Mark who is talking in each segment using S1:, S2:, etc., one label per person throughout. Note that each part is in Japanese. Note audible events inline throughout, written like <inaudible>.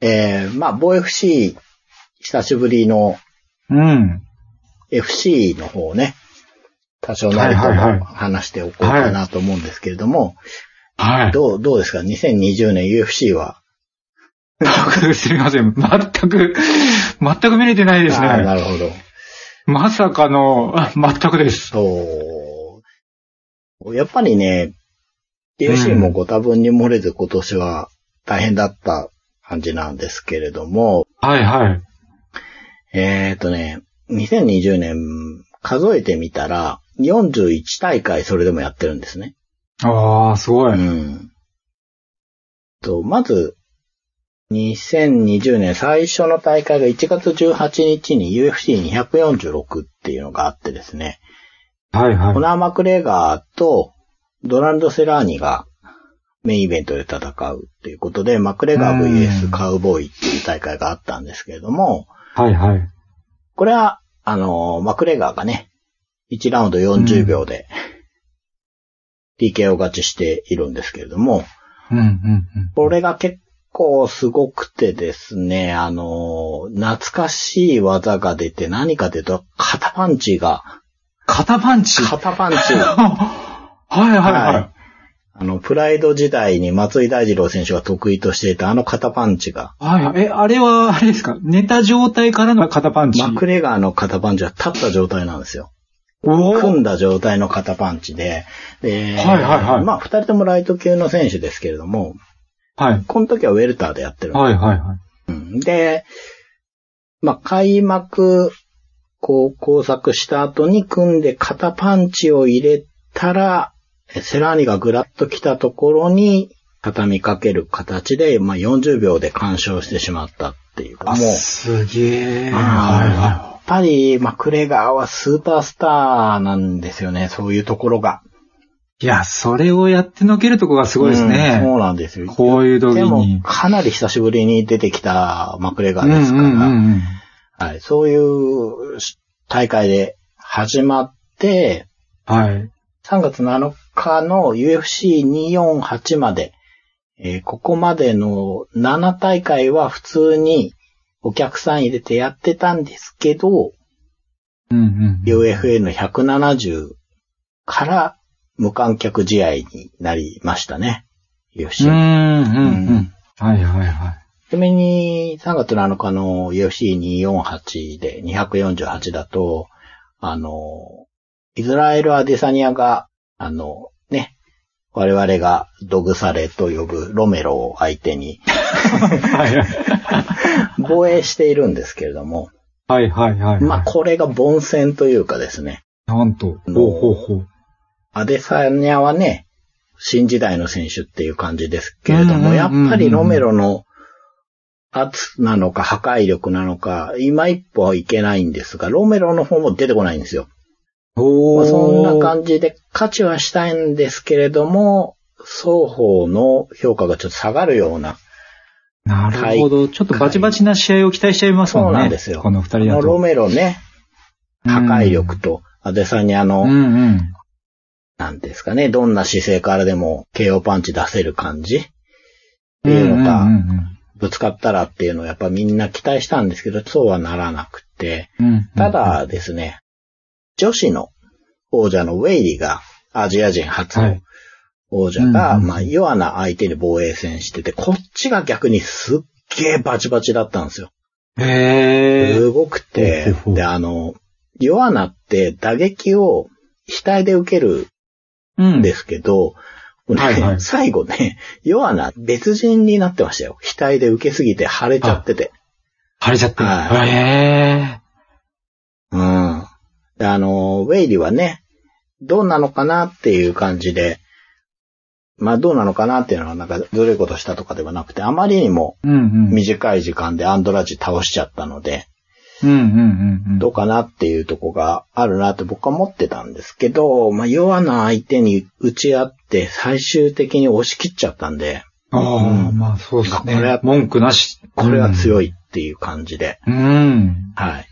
S1: えー、まあ、某 FC、久しぶりの
S2: うん。
S1: FC の方をね、多少なりと
S2: はいはいはい
S1: も話しておこうかなと思うんですけれども、
S2: はい。
S1: どう、どうですか ?2020 年 UFC は。
S2: 全くすみません。全く、全く見れてないです
S1: あー
S2: ね。
S1: なるほど。
S2: まさかの、あ全くです。
S1: そう。やっぱりね、UFC もご多分に漏れず今年は大変だった感じなんですけれども、
S2: はいはい。
S1: えっ、とね、2020年数えてみたら、41大会それでもやってるんですね。
S2: ああ、すごい。
S1: うん。と、まず、2020年最初の大会が1月18日に UFC246 っていうのがあってですね。
S2: はいはい
S1: コ。ナー・マクレガーとドランド・セラーニがメインイベントで戦うっていうことで、マクレガー
S2: う
S1: VS
S2: ん
S1: カウボーイっていう大会があったんですけれども、
S2: はいはい。
S1: これは、あのー、マクレガーがね、1ラウンド40秒で、TKO 勝ちしているんですけれども、
S2: うんうんうん。
S1: これが結構すごくてですね、あのー、懐かしい技が出て何かというと、肩パンチが、
S2: 肩パン <laughs> チ。
S1: 肩パンチ、
S2: あはいはい
S1: は
S2: は
S1: あの、プライド時代に松井大二郎選手が得意としていたあの肩パンチが、
S2: い。はいはい。え、あれは、あれですか寝た状態からの肩パンチ。
S1: マクレガーの肩パンチは立った状態なんですよ。
S2: おー
S1: 組んだ状態の肩パンチで、で、
S2: はいはいはい
S1: まあ、二人ともライト級の選手ですけれども、
S2: はい。
S1: この時はウェルターでやってる。
S2: はいはいはい。
S1: うんで、まあ、開幕、こう、工作した後に組んで肩パンチを入れたら、セラーニがぐらっと来たところに、畳みかける形で、まあ、40秒で干渉してしまったっていうか、
S2: あ、
S1: もう、やっ
S2: すげ
S1: う
S2: え。
S1: んぱり、まあ、クレガーはスーパースターなんですよね、そういうところが。
S2: い。いや、それをやってのけるとこがすごいです
S1: うん
S2: ね。
S1: そうなんですよ。
S2: こういう時
S1: でも
S2: に、。
S1: かなり久しぶりに出てきたマクレガ
S2: う
S1: ー
S2: んう
S1: ですから、
S2: んうんうん。
S1: はい、そういう大会で始まって、
S2: はい。
S1: 3月7日の UFC248 まで、えーここまでの7大会は普通にお客さん入れてやってたんですけど、
S2: うんうん。
S1: UFA の170から無観客試合になりましたね。
S2: う
S1: UFC。
S2: んう
S1: ち
S2: んうん。はいはいはい。
S1: なみに3月7日の UFC248 で248だと、あの、イスラエル・アディサニアが、あの、ね、我々がドグサレと呼ぶロメロを相手に
S2: はい
S1: 防衛しているんですけれども、
S2: はいはいはい。
S1: まあ、これが凡戦というかですね、
S2: なんと。
S1: あの
S2: ほうほうほう。
S1: アデサニアはね、新時代の選手っていう感じですけれど
S2: うんうんうんう
S1: も、
S2: ん
S1: やっぱりロメロの圧なのか破壊力なのか、今一歩はいけないんですが、ロメロの方も出てこないんですよ。
S2: おー。
S1: そんな感じで勝ちはしたいんですけれども、双方の評価がちょっと下がるような、
S2: なるほど。ちょっとバチバチな試合を期待しちゃいますもんね。
S1: そうなんですよ
S2: この二
S1: こ
S2: 人だ
S1: のロ
S2: と。
S1: メロね、
S2: うん
S1: 破壊力とアデサニア
S2: うん
S1: の、
S2: うん。
S1: なんですかね、どんな姿勢からでも KO パンチ出せる感じっていうのが
S2: うんうん
S1: ぶつかったらっていうのをやっぱみんな期待したんですけど、そうはならなくて、
S2: うんうん。
S1: ただですね、女子の王者のウェイリーが、アジア人初
S2: は
S1: の
S2: い
S1: 王者が、
S2: うんうん
S1: まあ、弱な相手に防衛戦してて、こっちが逆にすっげえバチバチだったんですよ。
S2: へー。
S1: すごく
S2: ほう
S1: て
S2: ほうほ、う
S1: で、あの、弱なって打撃を額で受ける
S2: うん
S1: んですけど、
S2: んはいは
S1: <laughs>
S2: い
S1: 最後ね、弱な別人になってましたよ。額で受けすぎて腫れちゃってて。
S2: 腫れちゃってる。
S1: は
S2: へ
S1: うん。であの、ウェイリーはね、どうなのかなっていう感じで、まあどうなのかなっていうのはなんかずるいことしたとかではなくて、あまりにも
S2: ー。うんうん。
S1: 短い時間でアンドラジ倒しちゃったので、
S2: うんうんうんうん。
S1: どうかなっていうとこがあるなって僕は思ってたんですけど、まあ弱な相手に打ち合って最終的に押し切っちゃったんで、
S2: ああ、
S1: うん
S2: まあそうです
S1: これ
S2: ね
S1: は。
S2: 文句なし。
S1: これは強
S2: い。
S1: いっていう感じで、
S2: うん。
S1: はい。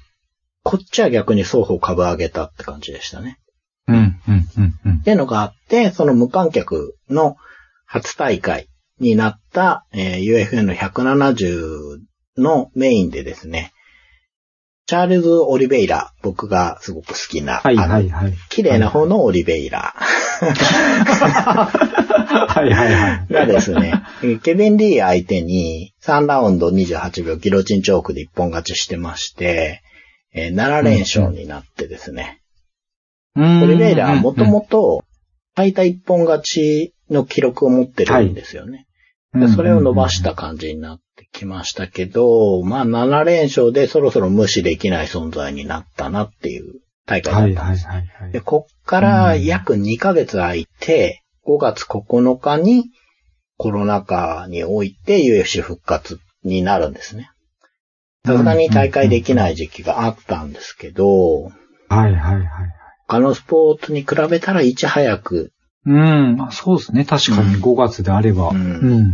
S1: こっちは逆に双方株上げたって感じでしたね。
S2: うん、うん、うん、うん
S1: っ。ていうのがあって、その無観客の初大会になった、えー UFN の170のメインでですね、チャールズ・オリベイラ、僕がすごく好きな、
S2: はい、
S1: あの
S2: はい、はい。
S1: 綺麗な方のオリベイラ
S2: はい、はい、はい。
S1: がです
S2: <laughs>
S1: ね、ケビン・リー相手に3ラウンド28秒ギロチンチョークで一本勝ちしてまして、えー7連勝になってですね、
S2: うん
S1: オリベイラはもともと最多一本勝ちの記録を持ってるんですよね。
S2: と
S1: でそれを伸ばし。た感じになってきましたけど、まあ7連勝でそろそろ無視できない存在になったなっていう大会だったん
S2: は
S1: で
S2: い、
S1: す。
S2: はい、はい、はい
S1: で、。こっから約2ヶ月空いて、5月9日にコロナ禍において UFC 復活になるんですね。さすがに大会できない時期があったんですけど、
S2: はい、はい、はい。
S1: 他のスポーツに比べたらいち早く、
S2: うん、まあそうですね。確かに
S1: うん
S2: 5月であれば。
S1: う
S2: うんん。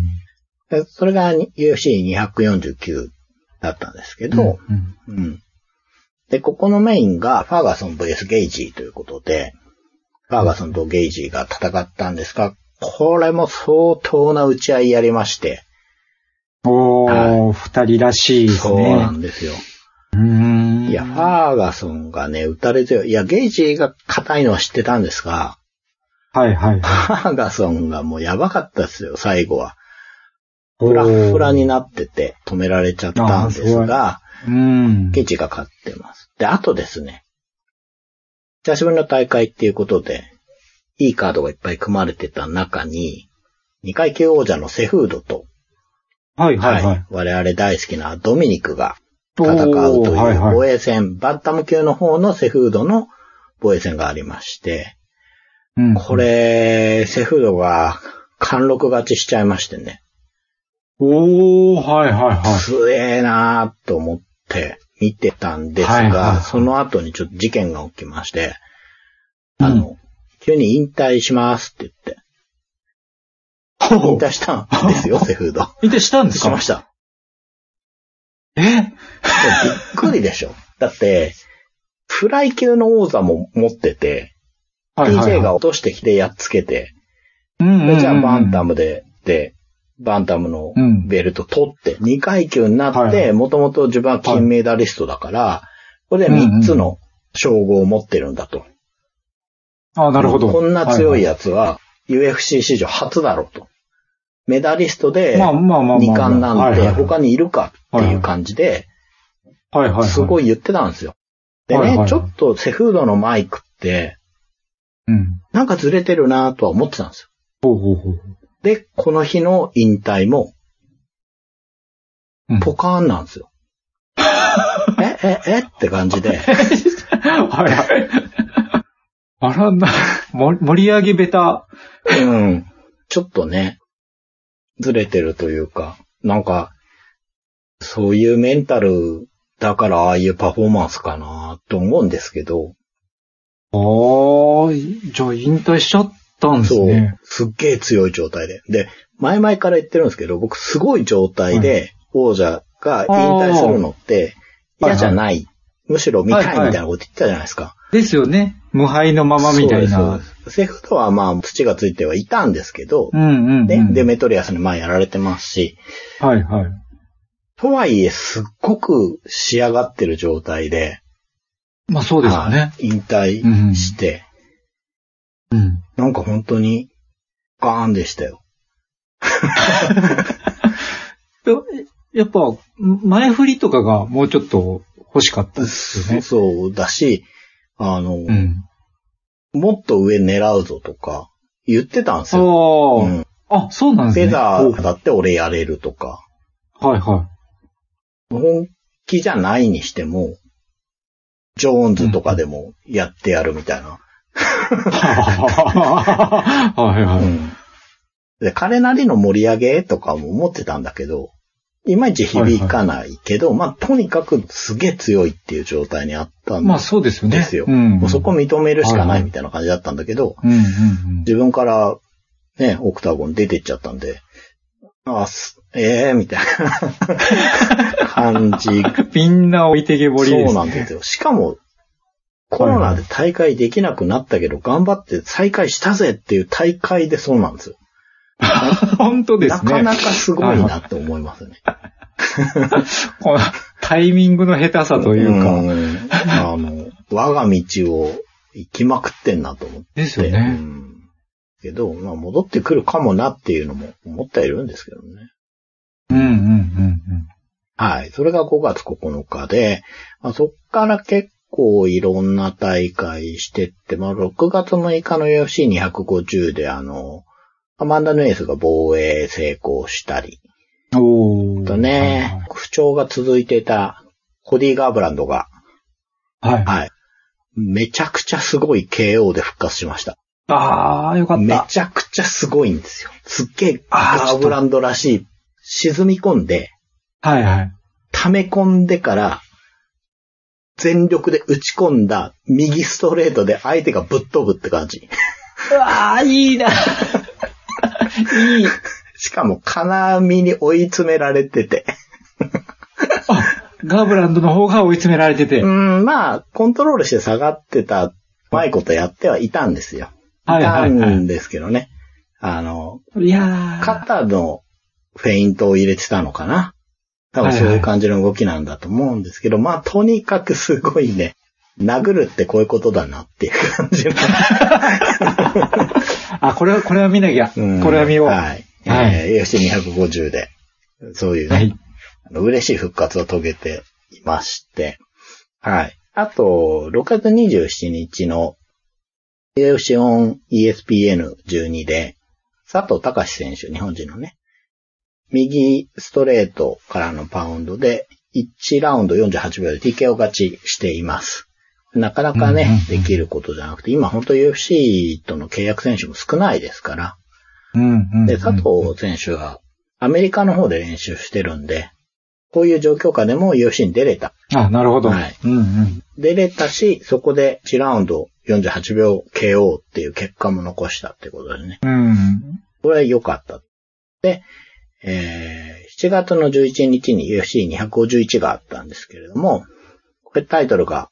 S1: でそれが UFC249 だったんですけど、
S2: うん
S1: うん。で、ここのメインがファーガソン VS ゲイジーということで、ファーガソンとゲイジーが戦ったんですが、これも相当な打ち合いやりまして、
S2: おー、二人らしいです
S1: そうな
S2: ね。
S1: んですよ。
S2: うーん。
S1: いや、ファーガソンがね、打たれ強い。いや、ゲイジーが硬いのは知ってたんですが、
S2: はいはい。
S1: ファーガソンがもうやばかったですよ、最後は。フラッフラになってて止められちゃったんですが、
S2: うん。
S1: ゲイジーが勝ってます。で、あとですね、久しぶりの大会っていうことで、いいカードがいっぱい組まれてた中に、2階級王者のセフードと、
S2: はいはいはい。
S1: 我々大好きなドミニクが
S2: おー
S1: 戦うとい
S2: はいうは
S1: 防
S2: い。
S1: 衛戦、バンタム級の方のセフードの防衛戦がありまして、
S2: うん
S1: こ。れ、セフードが貫禄勝ちしちゃいましてね、
S2: おー、はいはいはい。
S1: 強えなーと思って見てたんですが、
S2: はいはいはい
S1: その後にちょっと事件が起きまして、
S2: うん
S1: あの、急に引退しますって言って、
S2: ほ
S1: 引
S2: う。
S1: 退したんです
S2: <laughs>
S1: よ、セフード。
S2: 引退したんです
S1: し
S2: か
S1: ました。
S2: え
S1: びっくりでしょ。だって、フライ級の王座も持ってて、DJ が
S2: が
S1: 落としてきてやっつけて、
S2: うん。
S1: でじゃあバンタ
S2: ム。
S1: ムで、で、バンタムの
S2: うん。
S1: ベルト取って、2階級になっ
S2: はい
S1: て、もともと自分は金メダリストだから、これで
S2: うんうん
S1: 3つの称号を持ってるんだと。
S2: あなるほど。
S1: こんな強い
S2: や
S1: やつは、UFC 史上初だろうと。メダリスト
S2: つ
S1: で、
S2: まあまあまあまあ。
S1: 2冠なんて他
S2: に。
S1: にいるかっていう感じで、
S2: はいはいはい。
S1: すご
S2: い。
S1: い言ってたんですよ。で
S2: はいはいは
S1: ね、
S2: い
S1: ちょっとセフードのマイクって、
S2: うん。
S1: なんかずれてるなとは思ってたんですよ。
S2: ほうほうほう。
S1: で、この日の引退も、
S2: うん
S1: ポカーンなん
S2: <laughs>
S1: ですよ。え、え、えって感じで。
S2: はいはい。あら、な、も盛り上げベタ。
S1: うん。ちょっとね、ずれてるというか、なんか、そういうメンタルだからああいうパフォーマンスかなと思うんですけど、
S2: ああ、じゃあ引退しちゃったんです
S1: そう
S2: ね。、
S1: すっげえ強い状態で。で、前々から言ってるんですけど、僕すごい状態で王者が引退するのって
S2: あー
S1: 嫌じゃない。むしろ見たいみ
S2: はいはい
S1: たいなこと言ってたじゃないですか。
S2: ですよね。無敗のままみたい
S1: そう
S2: な
S1: で。す。そうですセフトはまあ土がついてはいたんですけど、
S2: うんうんうん。
S1: ね、デメトリアスにまあやられてますし、
S2: はいはい。
S1: とはいえすっごく仕上がってる状態で、
S2: まあそうですよ
S1: は
S2: ね。
S1: い引
S2: う
S1: 退
S2: ん。
S1: して、
S2: うん。
S1: なんか本当にガーンでしたよ。
S2: やっぱ、前振りとかがもうちょっと欲しかったですよね。
S1: そうだし、あの、
S2: うん。
S1: もっと上狙うぞとか言ってたんですよ。。
S2: そううんあ、そうなんです
S1: フ
S2: ね。
S1: ェザー
S2: ー。
S1: だって俺やれるとか、
S2: はいは
S1: 本気じゃないにしても、ジョーンズとかでもやってやるみたいな。
S2: い。はいは
S1: う
S2: い。
S1: んで、彼なりの盛り上げとかも思ってたんだけど、いまいち響かないけど、まあ、とにかくすげえ強いっていう状態にあったんで、
S2: まあそうですよね。
S1: ですよ
S2: うん。
S1: もうそこ認めるしか
S2: はい
S1: な
S2: はいい
S1: みたいな感じだったんだけど、
S2: うんうんうん。
S1: 自分からね、オクタゴン出てっちゃったんで、あ、すええみたいな感
S2: <laughs>
S1: じ。
S2: みんな置いてけぼりですね。
S1: そうなんですよ。しかも、コロナで大会できなくなったけど、頑張って再開したぜっていう大会でそうなんですよ。
S2: <laughs> 本当です
S1: な
S2: ね。
S1: かなかすごいなと思いますね。
S2: このタイミングの下手さ <laughs> というか。
S1: んあの、我が道を行きまくってんなと思って。
S2: ですよね
S1: うんけど、まあ戻ってくるかもなっていうのも思ってはいるんですけどね。
S2: うんうんうんうん。
S1: はい。それが5月9日で、まあ、そっから結構いろんな大会してって、まあ、6月6日の UFC250 であの、アマンダ・ヌエスが防衛成功したり、
S2: おー。
S1: とね、不調が続いていたコディ・ガーブランドが、
S2: はい。はい。
S1: はい。めちゃくちゃすごい KO で復活しました。
S2: あー、よかっ
S1: め
S2: た。
S1: ちゃくちゃすごいんですよ。すっげえ
S2: あー
S1: ガーブランドらしい。沈み込んで、
S2: はいはい。
S1: 溜め込んでから、全力で打ち込んだ右ストレートで相手がぶっ飛ぶって感じ。 <laughs>
S2: うわー、いいな。いい。
S1: しかも金網に追い詰められてて。
S2: あ、ガーブランドの方が追い詰められてて。
S1: う
S2: はい
S1: ん、まあ、コントロールして下がってた、うまいことやってはいたんですよ。い
S2: は
S1: た
S2: いはい
S1: ん。ですけどね。あの、
S2: いやー。
S1: 肩のフェイントを入れてたのかな。多分そういう感じの動きなんだと思うんですけど、まあ、とにかくすごいね、殴るってこういうことだなっていう感じの。
S2: あ、これは、これは見なきゃ。こ
S1: うん
S2: れは見よう。は
S1: はい。
S2: はい
S1: えー UFC250 で、そういうね、
S2: い。
S1: あの嬉しい復活を遂げていまして、はい。あと、6月27日の UFC on ESPN12 で、佐藤隆選手、日本人のね、右ストレートからのパウンドで、1ラウンド48秒で TKO 勝ちしています。なかなかね、
S2: うんうんうん
S1: できることじゃなくて、今本当 UFC との契約選手も少ないですから、
S2: うんうん。
S1: で、佐藤選手はアメリカの方で練習してるんで、こういう状況下でも UFC に出れた。
S2: あ、なるほど。
S1: はい
S2: うんうん。
S1: 出れたし、そこで1ラウンド48秒 KO っていう結果も残したってことでね。
S2: うん。
S1: これは良かった。で、えー7月の11日に UFC251 があったんですけれども、これタイトルが、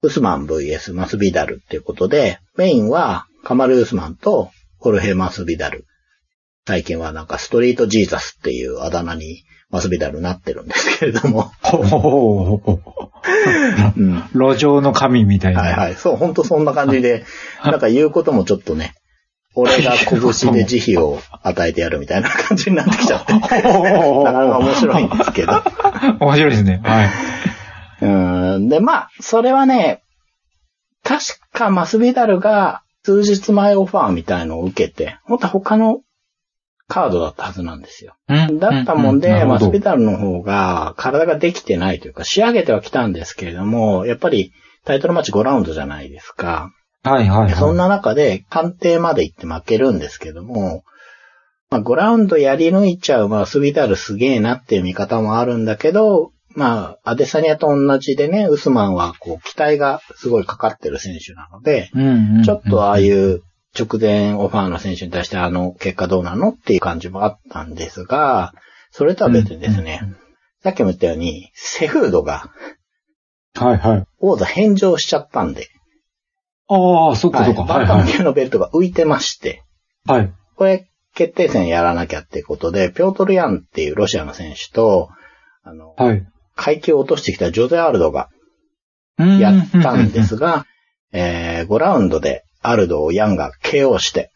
S1: ウスマン VS マスビダルっていうことで、メインはカマル・ウスマンとホルヘ・マスビダル。最近はなんかストリート・ジーザスっていうあだ名にマスビダルなってるんですけれども。
S2: ほほほほほ。
S1: <laughs> うん。は
S2: 路上の神みたい
S1: い
S2: な。
S1: はい。そう、ほんとそんな感じで、なんか言うこともちょっとね、俺が拳で慈悲を与えてやるみたいな感じになってきちゃって。なかなか面白いんですけど。
S2: <laughs> 面白いですね。はい。
S1: うん。で、まあ、それはね、確かマスビダルが数日前オファーみたいのを受けて、もっと他のカードだったはずなんですよ。
S2: うん
S1: だったもんで、
S2: うな
S1: マ
S2: る
S1: ス
S2: ほ
S1: ビ
S2: ど
S1: ダルの方が体ができてないというか、仕上げてはきたんですけれども、やっぱりタイトルマッチ5ラウンドじゃないですか。
S2: はいはいはい。
S1: そんな中で判定まで行って負けるんですけども、まあ5ラウンドやり抜いちゃう、まあスビダルすげえなっていう見方もあるんだけど、まあアデサニアと同じでね、ウスマンはこう期待がすごいかかってる選手なので、
S2: うんうんうん
S1: ちょっとああいう直前オファーの選手に対してあの結果どうなのっていう感じもあったんですが、それとは別にですね、さっきも言ったように、セフードが
S2: はいはい。
S1: 王座返上しちゃったんで、
S2: ああ、そっか
S1: は
S2: そ
S1: い
S2: っか。は
S1: バ
S2: い
S1: ンタ
S2: は
S1: ム
S2: い。
S1: 級のベルトが浮いてまして、
S2: はい。
S1: これ、決定戦やらなきゃってことで、ピョートルヤンっていうロシアの選手と、あの、
S2: はい。
S1: 階級を落としてきたジョゼ・アルドが
S2: うん
S1: やったんで。すが、えー、5ラウンドでアルドをヤンが KO して、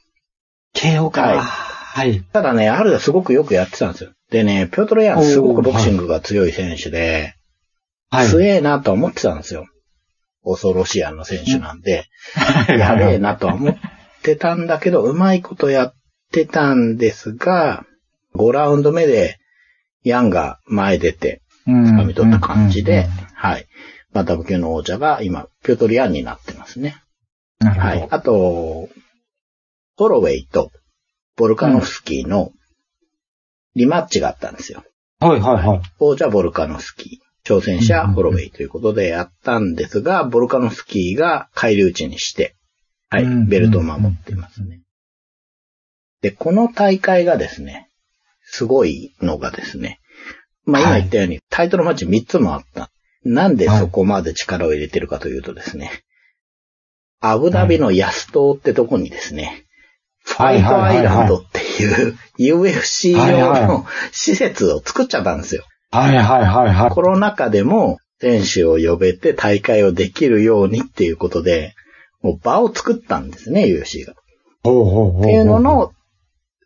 S2: KO
S1: はい
S2: か。はい。
S1: ただね、アルドすごくよくやってたんですよ。でね、ピョートルヤンすごくボクシングが強い選手で、
S2: はい。
S1: 強えなとは思ってたんですよ。恐ろしいあの選手なんで、
S2: はい
S1: やべえなとは思ってたんだけど、うまいことやってたんですが、5ラウンド目で、ヤンが前出て、
S2: 掴
S1: 掴み取った感じで、はい。バタブ級の王者が今、ピョートリアンになってますね。
S2: なるほ
S1: は
S2: ど
S1: い。あと、ホロウェイとボルカノフスキーのリマッチがあったんですよ。
S2: はいはいはい。
S1: 王者ボルカノフスキー、挑戦者
S2: うん
S1: ホロウェイということでやったんですが、ボルカノフスキーが返り討ちにして、は
S2: う
S1: い、
S2: ん
S1: ベルトを守っていますね。で、この大会がですね、すごいのがですね、まあ今
S2: はい
S1: 言ったように、タイトルマッチ3つもあった。なんでそこまで力を入れてるかというとですね、アブダビのヤス島ってとこにですね、ファイトアイランドっていう UFC 用
S2: はいはい
S1: の施設を作っちゃったんですよ。
S2: はいはいはいはい。
S1: コロナ禍でも選手を呼べて大会をできるようにっていうことで、もう場を作ったんですね、UFC が。
S2: ほうほうほうほう。
S1: っていうの、の、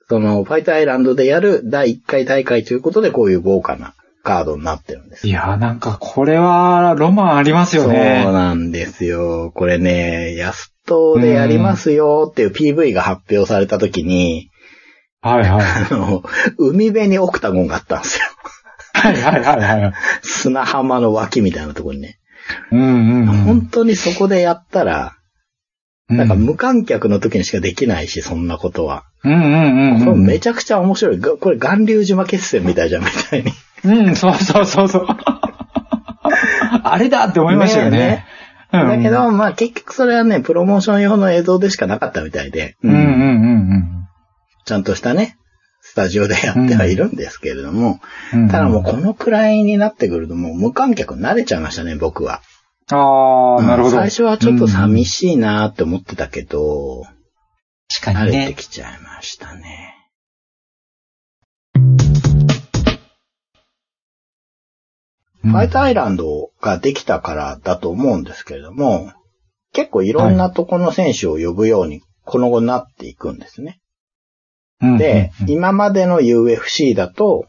S1: その、ファイトアイランドでやる第1回大会ということで、こういう豪華なカードになってるんです。
S2: いや、なんかこれはロマンありますよ
S1: そう
S2: ね。
S1: なんですよ。これね、ヤストでやりますよっていう PV が発表された時に、
S2: はいはい。
S1: あの、海辺にオクタゴンがあったんですよ。
S2: はいはいはいはい。
S1: 砂浜の脇みたいなところにね。
S2: うんうんう
S1: 本
S2: ん。
S1: 当にそこでやったら、なんか
S2: うん
S1: 無観客の時にしかできないし、そんなことは。
S2: うんうん
S1: こ
S2: う
S1: れ
S2: ん。
S1: めちゃくちゃ面白い。がこれ、岩流島決戦みたいじゃん、みたいに。
S2: うん、そうそうそうそう。あれだって思いましたよね。うん
S1: だけど、まあ結局それはね、プロモーション用の映像でしかなかったみたいで、
S2: うんうんうん
S1: ちゃんとしたね、スタジオでやってはいるんですけれども、
S2: うんうん。
S1: ただもうこのくらいになってくるともう無観客慣れちゃいましたね、僕は。
S2: ああ、なるほど。
S1: 最初はちょっと寂
S2: しい。
S1: しいなーって思ってたけど、
S2: 確か
S1: 慣れ
S2: に
S1: て
S2: ね。
S1: きちゃいましたね。
S2: う
S1: フ
S2: ん
S1: ァイトアイランドができたからだと思うんですけれども、結構いろんなとこの選手を呼ぶように、この後なっていくんですね。で、
S2: うんうんうん
S1: 今までの UFC だと、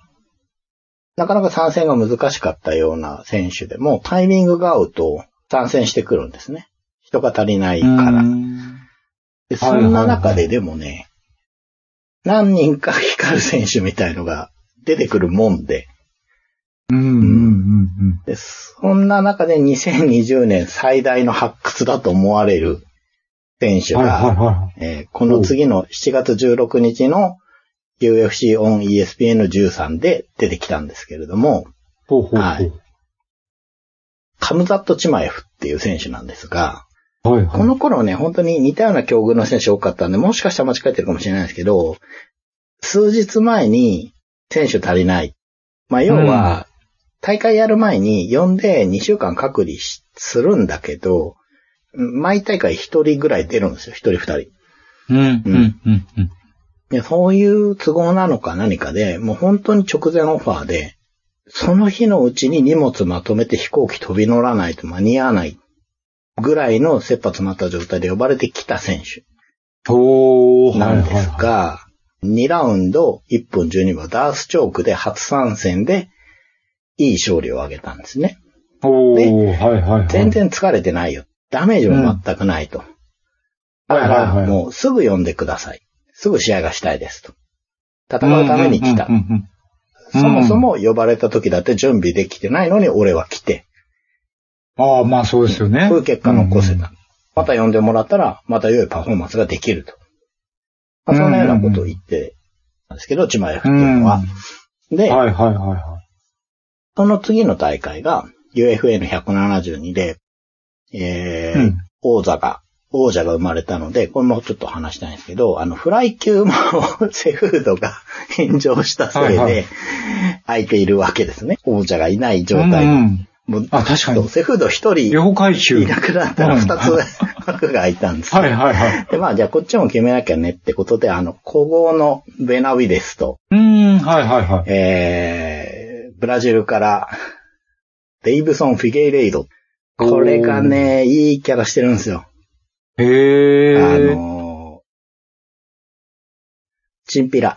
S1: なかなか参戦が難しかったような選手でも、タイミングが合うと参戦してくるんですね。人が足りないか
S2: う
S1: ら。
S2: ん
S1: で
S2: はい
S1: そ
S2: はいはい
S1: んな中ででもね、何人か光る選手みたいのが出てくるもんで、
S2: うんうんうん
S1: でそんな中で2020年最大の発掘だと思われる選手
S2: うん。はいはい
S1: が、
S2: は
S1: えーこの次の7月16日の UFC on ESPN13 で出てきたんですけれども、
S2: い。ほうほうほう。
S1: は
S2: はいい
S1: カムザット・チマエフっていう選手なんですが、
S2: はい。
S1: この頃ね、本当に似たような境遇の選手多かったんで、もしかしたら間違えてるかもしれないですけど、数日前に選手足りない。まあ、要は、大会やる前に呼んで2週間隔離しするんだけど、うん毎大会1人ぐらい出るんですよ、1人2人。
S2: うんうんうんうん。
S1: で、そういう都合なのか何かで、もう本当に直前オファーで、その日のうちに荷物まとめて飛行機飛び乗らないと間に合わないぐらいの切羽詰まった状態で呼ばれてきた選手
S2: ほう、は
S1: ないん
S2: はい
S1: です
S2: はい。
S1: が、2ラウンド1分12秒ダースチョークで初参戦でいい勝利を挙げたんですね。
S2: ほう、はいはいはい。
S1: 全然疲れてないよ。ダメージも全くないと。だか
S2: はいはいは
S1: ら、
S2: い
S1: もうすぐ呼んでください。すぐ試合がしたいですと。戦うために来た
S2: うん。うんうん
S1: そもそも呼ばれた時だって準備できてないのに俺は来て、
S2: うん。ああ、まあそうですよね。
S1: こういう結果残せた
S2: う。
S1: また呼んでもらったら、また良いパフォーマンスができると。まあそんなようなことを言ってたんですけど、チマエフって
S2: ん。
S1: いううんのは
S2: は。い
S1: で、
S2: はいはいは
S1: その次の大会が UFA の172で、え
S2: い。
S1: ー
S2: うん
S1: 王座が、王者が生まれたので、これもちょっと話したいんですけど、あの、フライ級もセフードが <laughs> 炎上したせい
S2: はいは
S1: で、空いているわけですね。王者がいない状態
S2: う
S1: が
S2: んうん
S1: もう
S2: あ、確
S1: そ
S2: か
S1: う
S2: に。
S1: セフード一人
S2: 両階級。
S1: いなくなったら二つ枠が空いたんですよ。
S2: はいはいはい。
S1: で、まあじゃあこっちも決めなきゃねってことで、あの、古豪のベナウィデスと、
S2: うーん、はいはいはい。
S1: えー、ブラジルから、デイブソン・フィゲイレイド。これがね、いいキャラしてるんですよ。
S2: へ
S1: あ
S2: え。
S1: のー、チンピラ。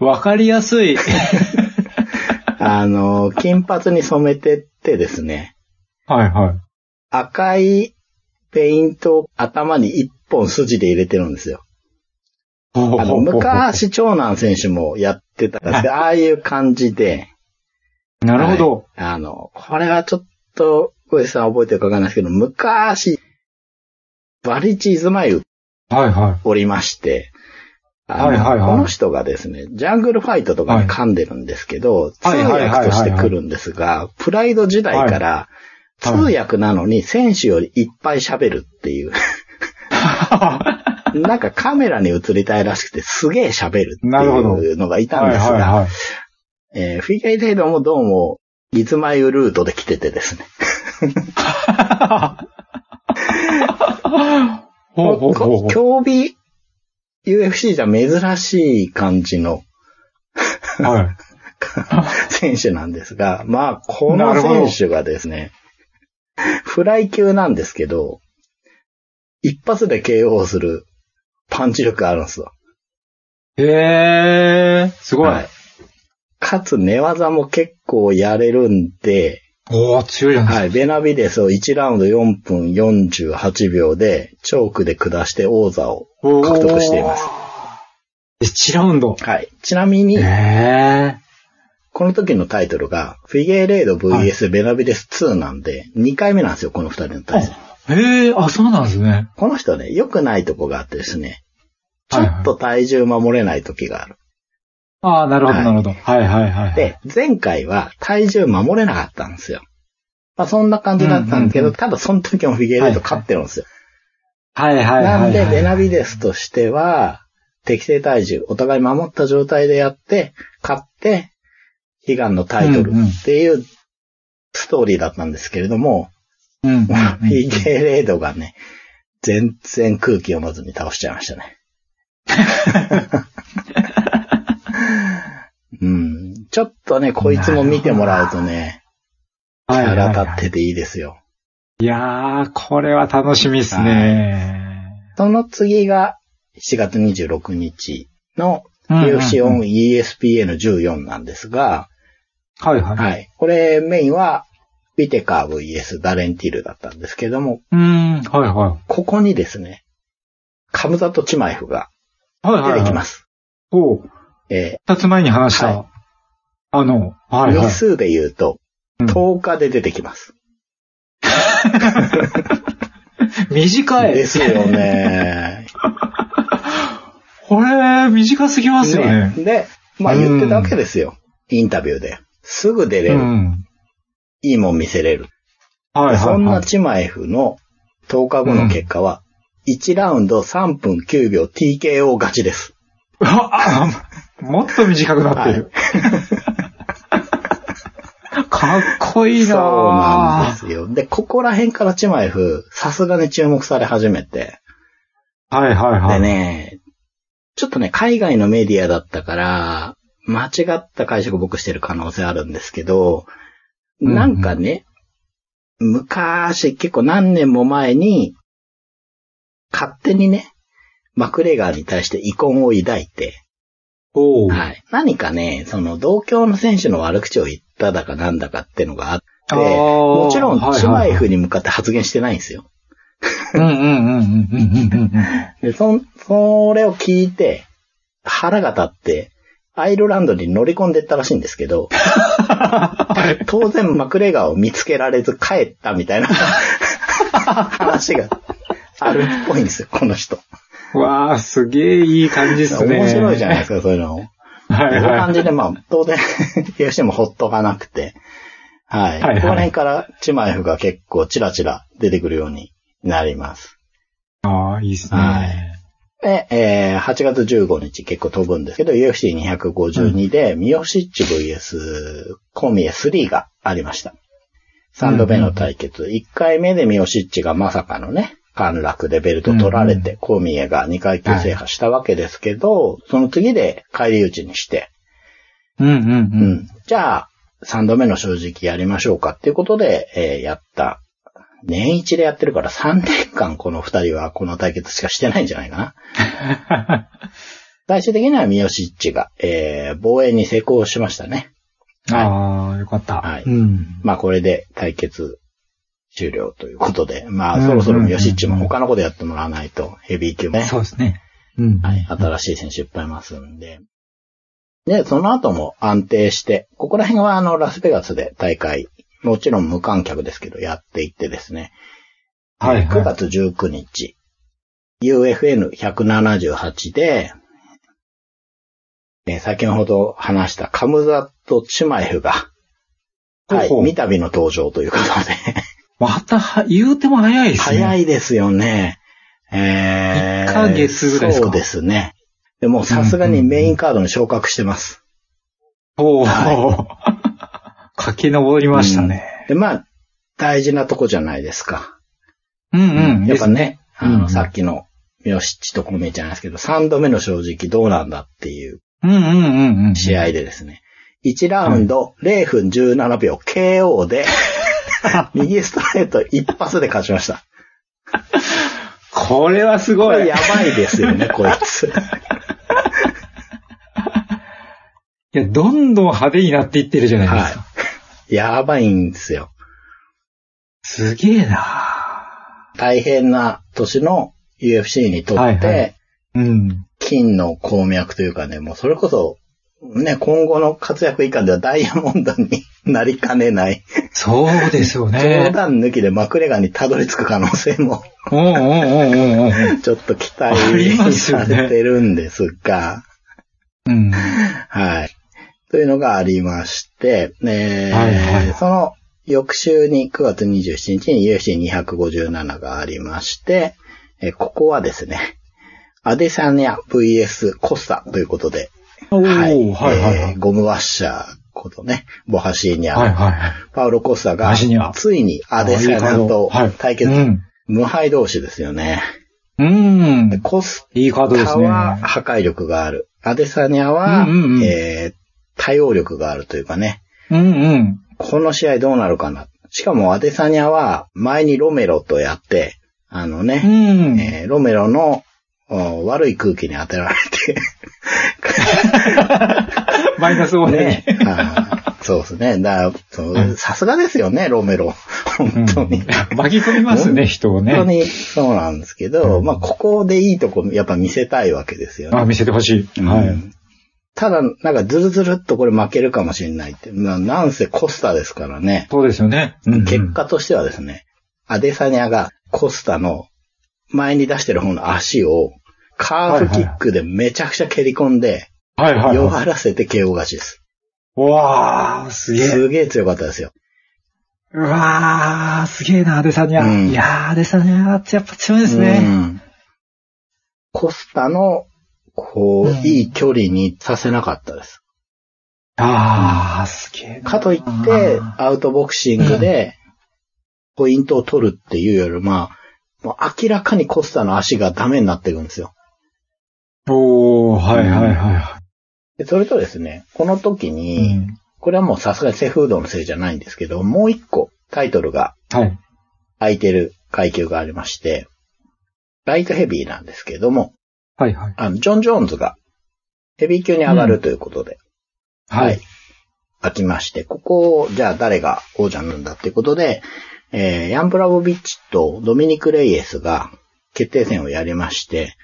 S2: わかりやすい。はい
S1: あのー、金髪に染めてってですね、
S2: は
S1: 赤いペイントを頭に一本筋で入れてるんですよ。
S2: い。ほうほう
S1: あ
S2: ほ
S1: の、
S2: うほう。
S1: 昔、長男選手もやってたんですけど、ああいう感じで、
S2: なるほど。
S1: あの、これはちょっと、小石さん覚えてるかわかんないですけど、昔、バリチ・イズマイル
S2: はいは
S1: おりまして、あの
S2: はいはいはい
S1: この人がですね、ジャングルファイトとか
S2: はい
S1: に噛んでるんですけど、
S2: はいはいはい
S1: 通
S2: はいはい
S1: 訳として来るんですが、プライド時代から、通訳なのに選手よりいっぱい喋るって
S2: <laughs>
S1: いう、なんかカメラに映りたいらしくてすげえ喋るって
S2: なるほど
S1: いうのがい
S2: い。
S1: たん
S2: はい
S1: です
S2: はい
S1: が、
S2: はい。
S1: えーフィギュアイレイドもどうも、ギズマユルートで来ててですね。
S2: ほうほうほうほう。
S1: 競技 UFC じゃ珍しい感じの
S2: はい。
S1: 選手なんですが、まあ、こ
S2: な
S1: の
S2: るほど
S1: 選手がですね、フライ級なんですけど、一発で KO するパンチ力あるんですよ。
S2: へー、すごい。
S1: はいかつ寝技も結構やれるんで、
S2: おー、強いじゃない
S1: はい、ベナビデスを1ラウンド4分48秒で、チョークで下して王座を。
S2: ですか。
S1: 獲得しています
S2: す。1ラウンド。
S1: はい。ちなみに
S2: へ、ー。
S1: この時のタイトルが、フィゲーレード VS ベナビデス2なんで、2回目なんですよ、この2人の対戦。
S2: あ、へえ、あ、そうなんですね。
S1: この人ね、良くないとこがあってですね、ちょ
S2: はいはい
S1: っと体重守れない時がある。
S2: ああ、なるほど、
S1: はい
S2: なるほど。はいはいはい。、
S1: で、前回は体重守れなかったんですよ。まあそんな感じだったんですけど、
S2: うんうんうん
S1: ただその時もフィゲーレード勝ってるんですよ。
S2: はいはいはいはい。
S1: なんで、ベナビ
S2: で。
S1: デスとしては、適正体重、お互い守った状態でやって、勝って、悲願のタイトルっていうストーリーだったんですけれども、
S2: うん
S1: <laughs>
S2: うん。
S1: フィゲーレードがね、全然空気読まずに倒しちゃいました
S2: <laughs>
S1: ね。うん、ちょっとね、こいつも見てもらうとね、キ
S2: はいは
S1: ャ
S2: いは
S1: ラ
S2: い
S1: 立ってていいですよ。
S2: いやー、これは楽しみっすね。
S1: その次が7月26日の
S2: うんうんうん
S1: UFC on ESPN14 なんですが、
S2: はいはい。
S1: はい。これメインは、ビテカー VS ダレンティールだったんですけども、
S2: うーん、はいは
S1: ここにですね、カムザとチマイフが
S2: い。はいはい。。
S1: 出てきますす。
S2: おう
S1: え
S2: 二つ前に話した、
S1: は
S2: あの、
S1: ー
S2: はいは
S1: 日
S2: い。
S1: 数で言うと、
S2: うん
S1: 10日で出てきます。
S2: 短い。
S1: ですよ。ね。
S2: <laughs> これ、短すぎますよね。
S1: ねで、まあ
S2: う
S1: 言
S2: ん
S1: ってたわけですよ。インタビューで。すぐ出れ
S2: う
S1: る。
S2: ん。
S1: いいもん見せれる。
S2: はいはい、はい。
S1: そんなチマエフの10日後の結果は、1ラウンド3分9秒 TKO 勝ちです。
S2: うわあもっと短くなってる。かっこいい
S1: そ
S2: な
S1: うなんで
S2: ぁ
S1: すよ。で、ここら辺からチマエフ、さすがに注目され始めて。
S2: はいはいは
S1: で
S2: い。
S1: ね、ちょっとね、海外のメディアだったから、間違った解釈僕してる可能性あるんですけど、なんかね、昔、結構何年も前に、勝手にね、マクレガーに対して遺恨を抱いて、
S2: おう
S1: はい。何かね、その同郷の選手の悪口を言っただかなんだかってのがあって、
S2: あー
S1: もちろん、チマイ
S2: はいはい
S1: フに向かって発言してないんですよ。
S2: うんうんうんうんうんうんうん。
S1: で、そん、それを聞いて、腹が立って、アイルランドに乗り込んでったらしいんですけど、 <laughs> 当然マクレガーを見つけられず帰ったみたいな話があるっぽいんですよ、この人。
S2: わあすげえいい感じっすね。
S1: 面白いじゃないですすか、そういうの。こ
S2: か。は
S1: うい
S2: いうは
S1: 感
S2: い。
S1: じで、まあ、当然、UFC <laughs> もほっとかなくて、はい。
S2: はいはい
S1: ここら辺からチマエフが結構チラチラ出てくるようになります。
S2: ああ、いいっすね。
S1: はいで、えー8月15日結構飛ぶんですけど、UFC252 で、ミオシッチ VS コミエ3がありました。3度目の対決。1回目でミオシッチがまさかのね、陥落でベルト取られて、コミエが2階級制覇したわけですけど、その次で返り討ちにして、
S2: うんうん
S1: う
S2: うん。
S1: ん。じゃあ、3度目の正直やりましょうかっていうことで、えーやった。年一でやってるから3年間この2人はこの対決しかしてないんじゃないかな。
S2: <laughs>
S1: 最終的にはミヨシッチが、えー、防衛に成功しましたね。
S2: ああ、よかった。
S1: はい
S2: うん。
S1: まあこれで対決終了ということで、ま
S2: うん
S1: あそろそろ
S2: うん
S1: ミヨシッチも他のことやってもらわないとヘビー級もね、
S2: そうですね。うん。
S1: はい、新しい選手いっぱいいますんで。で、その後も安定して、ここら辺はあのラスベガスで大会、もちろん無観客ですけどやっていってですね、
S2: はい
S1: 9
S2: は
S1: 月19日、UFN178 で、えー先ほど話したカムザとチマエフが、
S2: ほう
S1: はい、
S2: ほう
S1: 三度の登場ということで、
S2: い。または、言うても早いっすね。
S1: 早いですよね。えー、
S2: 一ヶ月ぐらいですか
S1: そうですね。でもうさすがにメインカードに昇格してます。
S2: おお、
S1: は
S2: 駆け上りましたね。
S1: で、まあ、大事なとこじゃないですか。
S2: うんうん。
S1: や
S2: で
S1: っぱ
S2: す
S1: ね、あの、
S2: うん
S1: さっきの、よしちとこめじゃないですけど、3度目の正直どうなんだっていう
S2: うんうんうんうん。
S1: 試合でですね、1ラウンド0分17秒 KO
S2: <laughs>
S1: で、右ストレート一発で勝ちました。
S2: これはす
S1: こ
S2: ご
S1: れ
S2: い。い
S1: やばいですよね、こい
S2: <laughs>
S1: つ。
S2: や、どんどん派手になっていってるじゃないですか。
S1: やばいんですよ。
S2: すげえな
S1: 大変な年の UFC にとって、
S2: はいはいうん。
S1: 金の鉱脈というかね、もうそれこそ、ね、今後の活躍以下ではダイヤモンドになりかねない、
S2: そうですよ
S1: 冗
S2: ね。
S1: 談抜きでマクレガーにたどり着く可能性も、
S2: うんうんうんうんうん
S1: ちょっと期
S2: あり
S1: 待
S2: ますよ
S1: さ
S2: ね
S1: れてるんですが、
S2: うん。
S1: はい。というのがありまして、えー
S2: はいはい
S1: その翌週に9月27日に UFC257 がありまして、えーここはですね、アデサニア VS コスタということで、
S2: おー、は
S1: はい。
S2: いはいは
S1: え
S2: い
S1: ー。ゴムワッシャーことね、ボハシーニャ、
S2: はいはい。
S1: パウロ・コスタが
S2: ボハシーニャ、
S1: ついにアデサニャと
S2: はい
S1: 対決、
S2: うん。
S1: 無敗同士ですよね。
S2: うん
S1: で。コス
S2: いいカードで
S1: タ
S2: すね。
S1: は破壊力がある。アデサニャは、
S2: うんうんうん
S1: えー対応力があるというかね、
S2: うんうん。
S1: この試合どうなるかな。しかもアデサニャは前にロメロとやって、あの
S2: う
S1: ね、
S2: ん。
S1: えーロメロのお悪い空気に当てられて、
S2: マイナスオー
S1: ね
S2: ね。。
S1: あーそうですね。だからそうさすがですよね、ロメロ。本当に。
S2: うん巻き込みますね、人をね。
S1: 本当にそうなんですけど、まあ、ここでいいとこ、やっぱ見せたいわけですよ
S2: あ、
S1: ね。
S2: 見せてほしい。は
S1: う
S2: い。
S1: んただ、なんか、ずるずるっとこれ負けるかもしれないって。まあ、なんせコスタですからね。
S2: そうですよね。うんうん
S1: 結果としてはですね、アデサニャがコスタの前に出してる方の足を、カーフキックでめちゃくちゃ蹴り込んで、
S2: はいはいはい。
S1: 弱らせて KO 勝ちです。
S2: うわー、すげえ。
S1: すげえ強かったですよ。
S2: うわー、すげえな、アデサニャ。
S1: うん
S2: いやー、アデサニャってやっぱ強いですね。
S1: うんコスタの、こう、
S2: うん
S1: いい距離にさせなかったです。
S2: あー、すげえな。
S1: かといって、アウトボクシングで、ポイントを取るっていうより、まあ、もう明らかにコスタの足がダメになっていくんですよ。
S2: おー、はいはいは
S1: でそれとですね、この時
S2: い。
S1: に、
S2: うん
S1: これはもうさすがにセフードのせいじゃないんですけど、もう一個タイトルが
S2: はい。
S1: 空いてる階級がありまして、ライトヘビーなんですけども、
S2: はいはい。
S1: あの、ジョン・ジョーンズがヘビー級に上がるということで、はい。。開きまして、ここを、じゃあ誰が王者なんだってことで、えー、ヤンブラボビッチとドミニク・レイエスが決定戦をやりまして、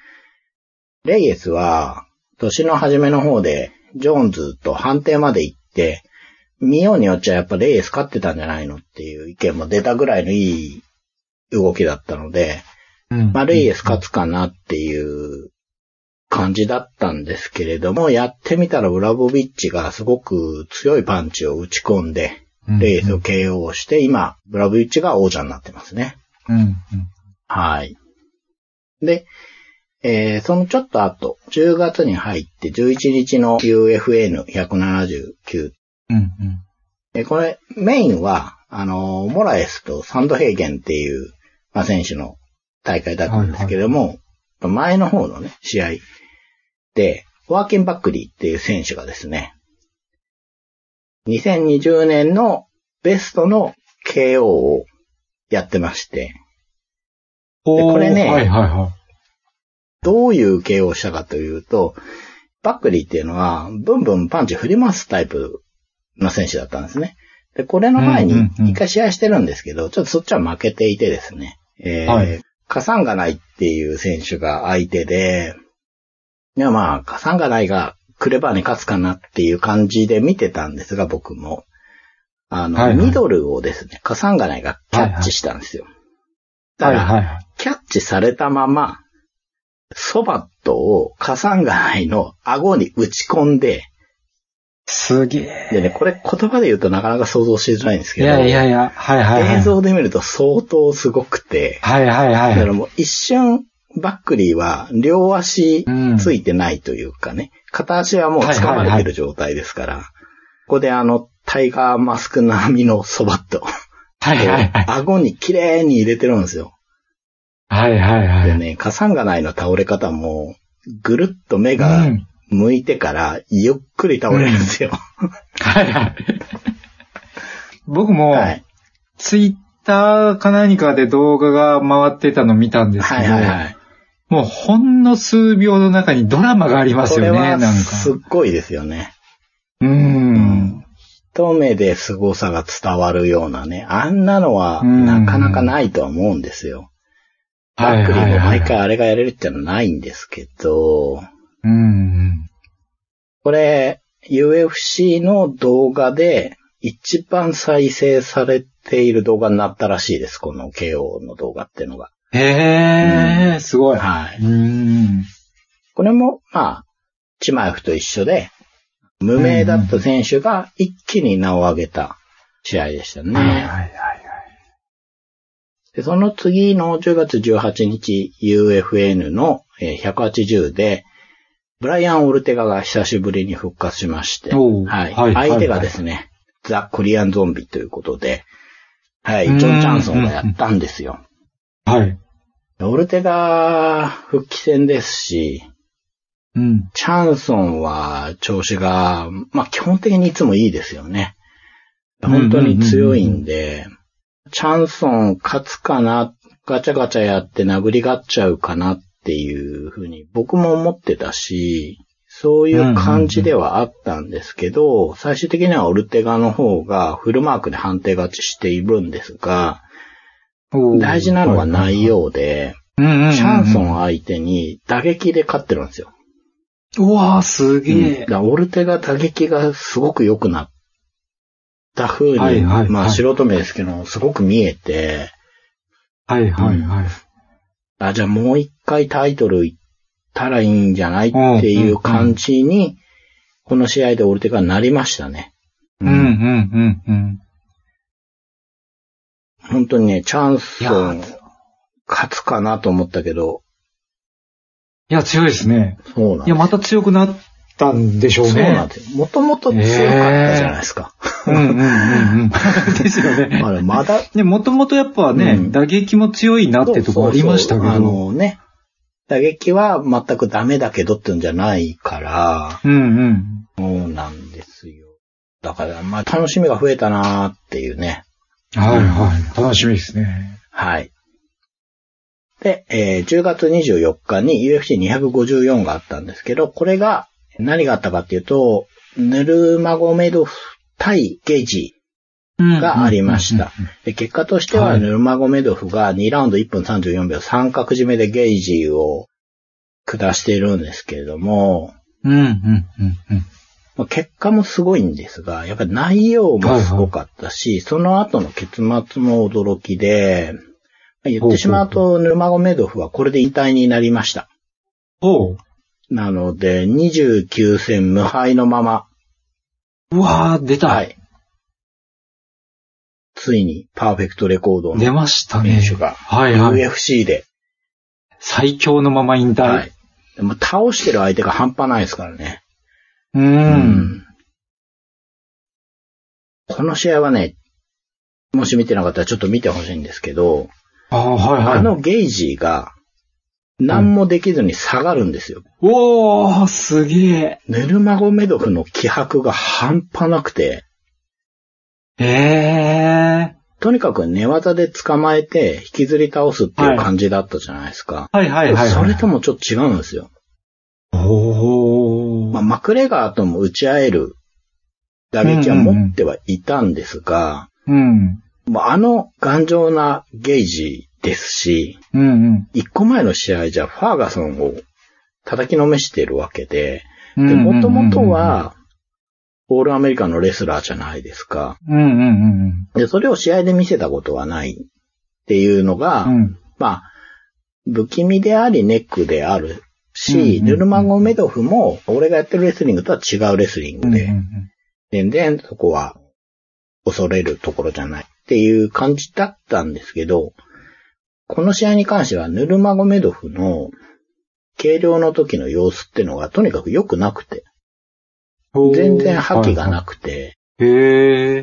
S1: レイエスは、年の初めの方で、ジョーンズと判定まで行って、見ようによっちゃやっぱレイエス勝ってたんじゃないのっていう意見も出たぐらいのいい動きだったので、
S2: うん
S1: まあ、レイエス勝つかなっていう感じだったんですけれども、やってみたらウラボビッチがすごく強いパンチを打ち込んで、
S2: うん
S1: レイエスを KO して、今、ブラボビッチが王者になってますね。
S2: うんうん。
S1: はい。で、えーそのちょっと後、10月に入って11日の UFN179
S2: うんうん。
S1: えーこれ、メインは、あのーモラエスとサンドヘイゲンっていう、まあ、選手の大会だったんですけども、前の方のね、試合で、ワーキンバックリーっていう選手がですね、2020年のベストの KO をやってまして、
S2: おー
S1: これね
S2: はいはいは
S1: どういう KO をしたかというと、バックリーっていうのは、ブンブンパンチ振り回すタイプの選手だったんですね。で、これの前
S2: うん
S1: に
S2: うんうん
S1: 一回試合してるんですけど、ちょっとそっちは負けていてですね。えー
S2: はい
S1: カサンガナイっていう選手が相手で、いやまあ、カサンガナイがクレバーに勝つかなっていう感じで見てたんですが、僕も。あの、
S2: はいはい
S1: ミドルをですね、カサンガナイがキャッチしたんですよ。
S2: い。
S1: だ
S2: は
S1: から
S2: いはいはい。
S1: キャッチされたまま、ソバットをカサンガナイの顎に打ち込んで、
S2: すげえ。
S1: でね、これ言葉で言うとなかなか想像しづらいんです
S2: い
S1: けど、
S2: やいやいや、はいはいはい。
S1: 映像で見ると相当すごくて、
S2: はいはいは
S1: だ
S2: い
S1: から。もう一瞬、バックリーは両足
S2: うん
S1: ついてないというかね、片足はもう掴まれてる状態ですから、ここであの、タイガーマスク並みのソバット、
S2: はいはいはい。
S1: 顎に綺麗に入れてるんですよ。
S2: はいはいは
S1: で
S2: い。
S1: ね、カサンガナイの倒れ方も、ぐるっと目
S2: う
S1: が
S2: ん
S1: 向いてから、ゆっくり倒れるんですよ。
S2: はいはい。僕も、
S1: はい。
S2: ツイッターか何かで動画が回ってたの見たんですけど、
S1: はいはいはい。
S2: もうほんの数秒の中にドラマがあります
S1: こ
S2: よ
S1: れ
S2: ね、な
S1: は
S2: んか。
S1: すっごいですよね。
S2: うーん。
S1: 一目で凄さが伝わるようなね、あんなのは
S2: うん
S1: なかなかないとは思うんですよ。バ
S2: はい
S1: ックリ
S2: は
S1: ー
S2: い
S1: も
S2: はい
S1: 毎回あれがやれるってのはないんですけど、
S2: うん。
S1: これ、UFC の動画で一番再生されている動画になったらしいです、この KO の動画っていうのが。
S2: へえ、すごい。
S1: は
S2: う
S1: い。
S2: ーん。
S1: これも、まあ、チマエフと一緒で、無名だった選手が一気に名を上げた試合でしたね。
S2: はいはいはいはい。
S1: で、その次の10月18日 UFN のえー180で、ブライアン・オルテガが久しぶりに復活しまして、
S2: おう
S1: はい。
S2: はいはい
S1: 相手がですね、ザ・クリアン・ゾンビということで、はい、
S2: うーん
S1: ジョン・チャンソンがやったんですよ。
S2: はい。
S1: オルテガ、復帰戦ですし、
S2: うん。
S1: チャンソンは調子が、まあ基本的にいつもいいですよね。本当に強いんで、チャンソン勝つかな、ガチャガチャやって殴り勝っちゃうかなっていうふうに僕も思ってたし、そういう感じではあったんですけど、最終的にはオルテガの方がフルマークで判定勝ちしているんですが、
S2: おー
S1: 大事なのは内。容で、
S2: うんうんうんうん。
S1: チャンソン相手に打撃で勝ってるんですよ。
S2: うわー、すげ
S1: うんだ
S2: え
S1: か。らオルテが打撃がすごく良くなった風に、
S2: はいはい
S1: ま
S2: は
S1: あ
S2: い
S1: 素人目ですけど、すごく見えて、
S2: はいはいはい。
S1: あ、じゃあもう一回タイトルいったらいいんじゃないっていう感じに、この試合でオルテがなりましたね。
S2: うんうんうんうん。
S1: 本当にね、チャンス
S2: いやー
S1: 勝つかなと思ったけど、
S2: いや、強いですね。
S1: そうなん
S2: いや、また強くなったんでしょうね。
S1: そうなんですよ。もともと強かったじゃないですか。
S2: うんうんうん
S1: <laughs>
S2: うん。ですよね。
S1: あれ、まだ、
S2: ね、もともとやっぱね、
S1: うん
S2: 打撃も強いなってとこありましたけ
S1: そうそうそう
S2: ど。
S1: あのね、打撃は全くダメだけどってんじゃないから、
S2: うんうん。
S1: そうなんですよ。だから、まあ、楽しみが増えたなーっていうね。
S2: はいはい。楽しみですね。
S1: はい。で、えー10月24日に UFC254 があったんですけど、これが何があったかっていうと、ヌルマゴメドフ対ゲイジがありました。で結果として
S2: は
S1: は、
S2: い
S1: ヌルマゴメドフが2ラウンド1分34秒三角締めでゲイジーを下しているんですけれども、
S2: うんうんうんうん。
S1: まあ結果もすごいんですが、やっぱり内容もすごかったし、その後の結末も驚きで、まあ言ってしまうと、ヌルマゴメドフはこれで引退になりました。
S2: おう。
S1: なので、29戦無敗のまま、
S2: うわー、出た。
S1: はい。ついにパーフェクトレコード
S2: 出
S1: の
S2: ましたね
S1: 選。手が、
S2: はいはい。
S1: UFC で、
S2: 最強のまま引退。
S1: はい。でも倒してる相手が半端ないですからね。
S2: う。。
S1: うんこの試合はね、もし見てなかったらちょっと見てほしいんですけど、
S2: ああ、はいはい。
S1: あのゲイジーが何もできずに下がるんですよ。
S2: おー、すげ
S1: ネルマゴメドフの気迫が半端なくて、
S2: え。えー。
S1: とにかく寝技で捕まえて引きずり倒すっていう感じだったじゃないですか。
S2: はいはいはいはい。
S1: それともちょっと違うんですよ。
S2: おー。
S1: まあ、マクレガーとも打ち合える打撃は持ってはいたんですが、
S2: うん。
S1: まあ、あの頑丈なゲージですし、
S2: うん
S1: 一個前の試合じゃファーガソンを叩きのめしているわけで、
S2: う
S1: で、
S2: ん。
S1: もともと、は、オールアメリカのレスラーじゃないですか。
S2: うんうんうん
S1: で、それを試合で見せたことはないっていうのが、
S2: うん。うん。
S1: まあ、不気味でありネックである
S2: うんうん
S1: し、
S2: うん
S1: ヌルマゴメドフも、俺がやってるレスリングとは違うレスリングで、
S2: うん
S1: 全然そこは恐れるところじゃないっていう感じだったんですけど、この試合に関してはヌルマゴメドフの軽量の時の様子ってのがとにかく良くなくて、
S2: うん
S1: 全然覇気が
S2: はいは
S1: なくて、
S2: いへえ。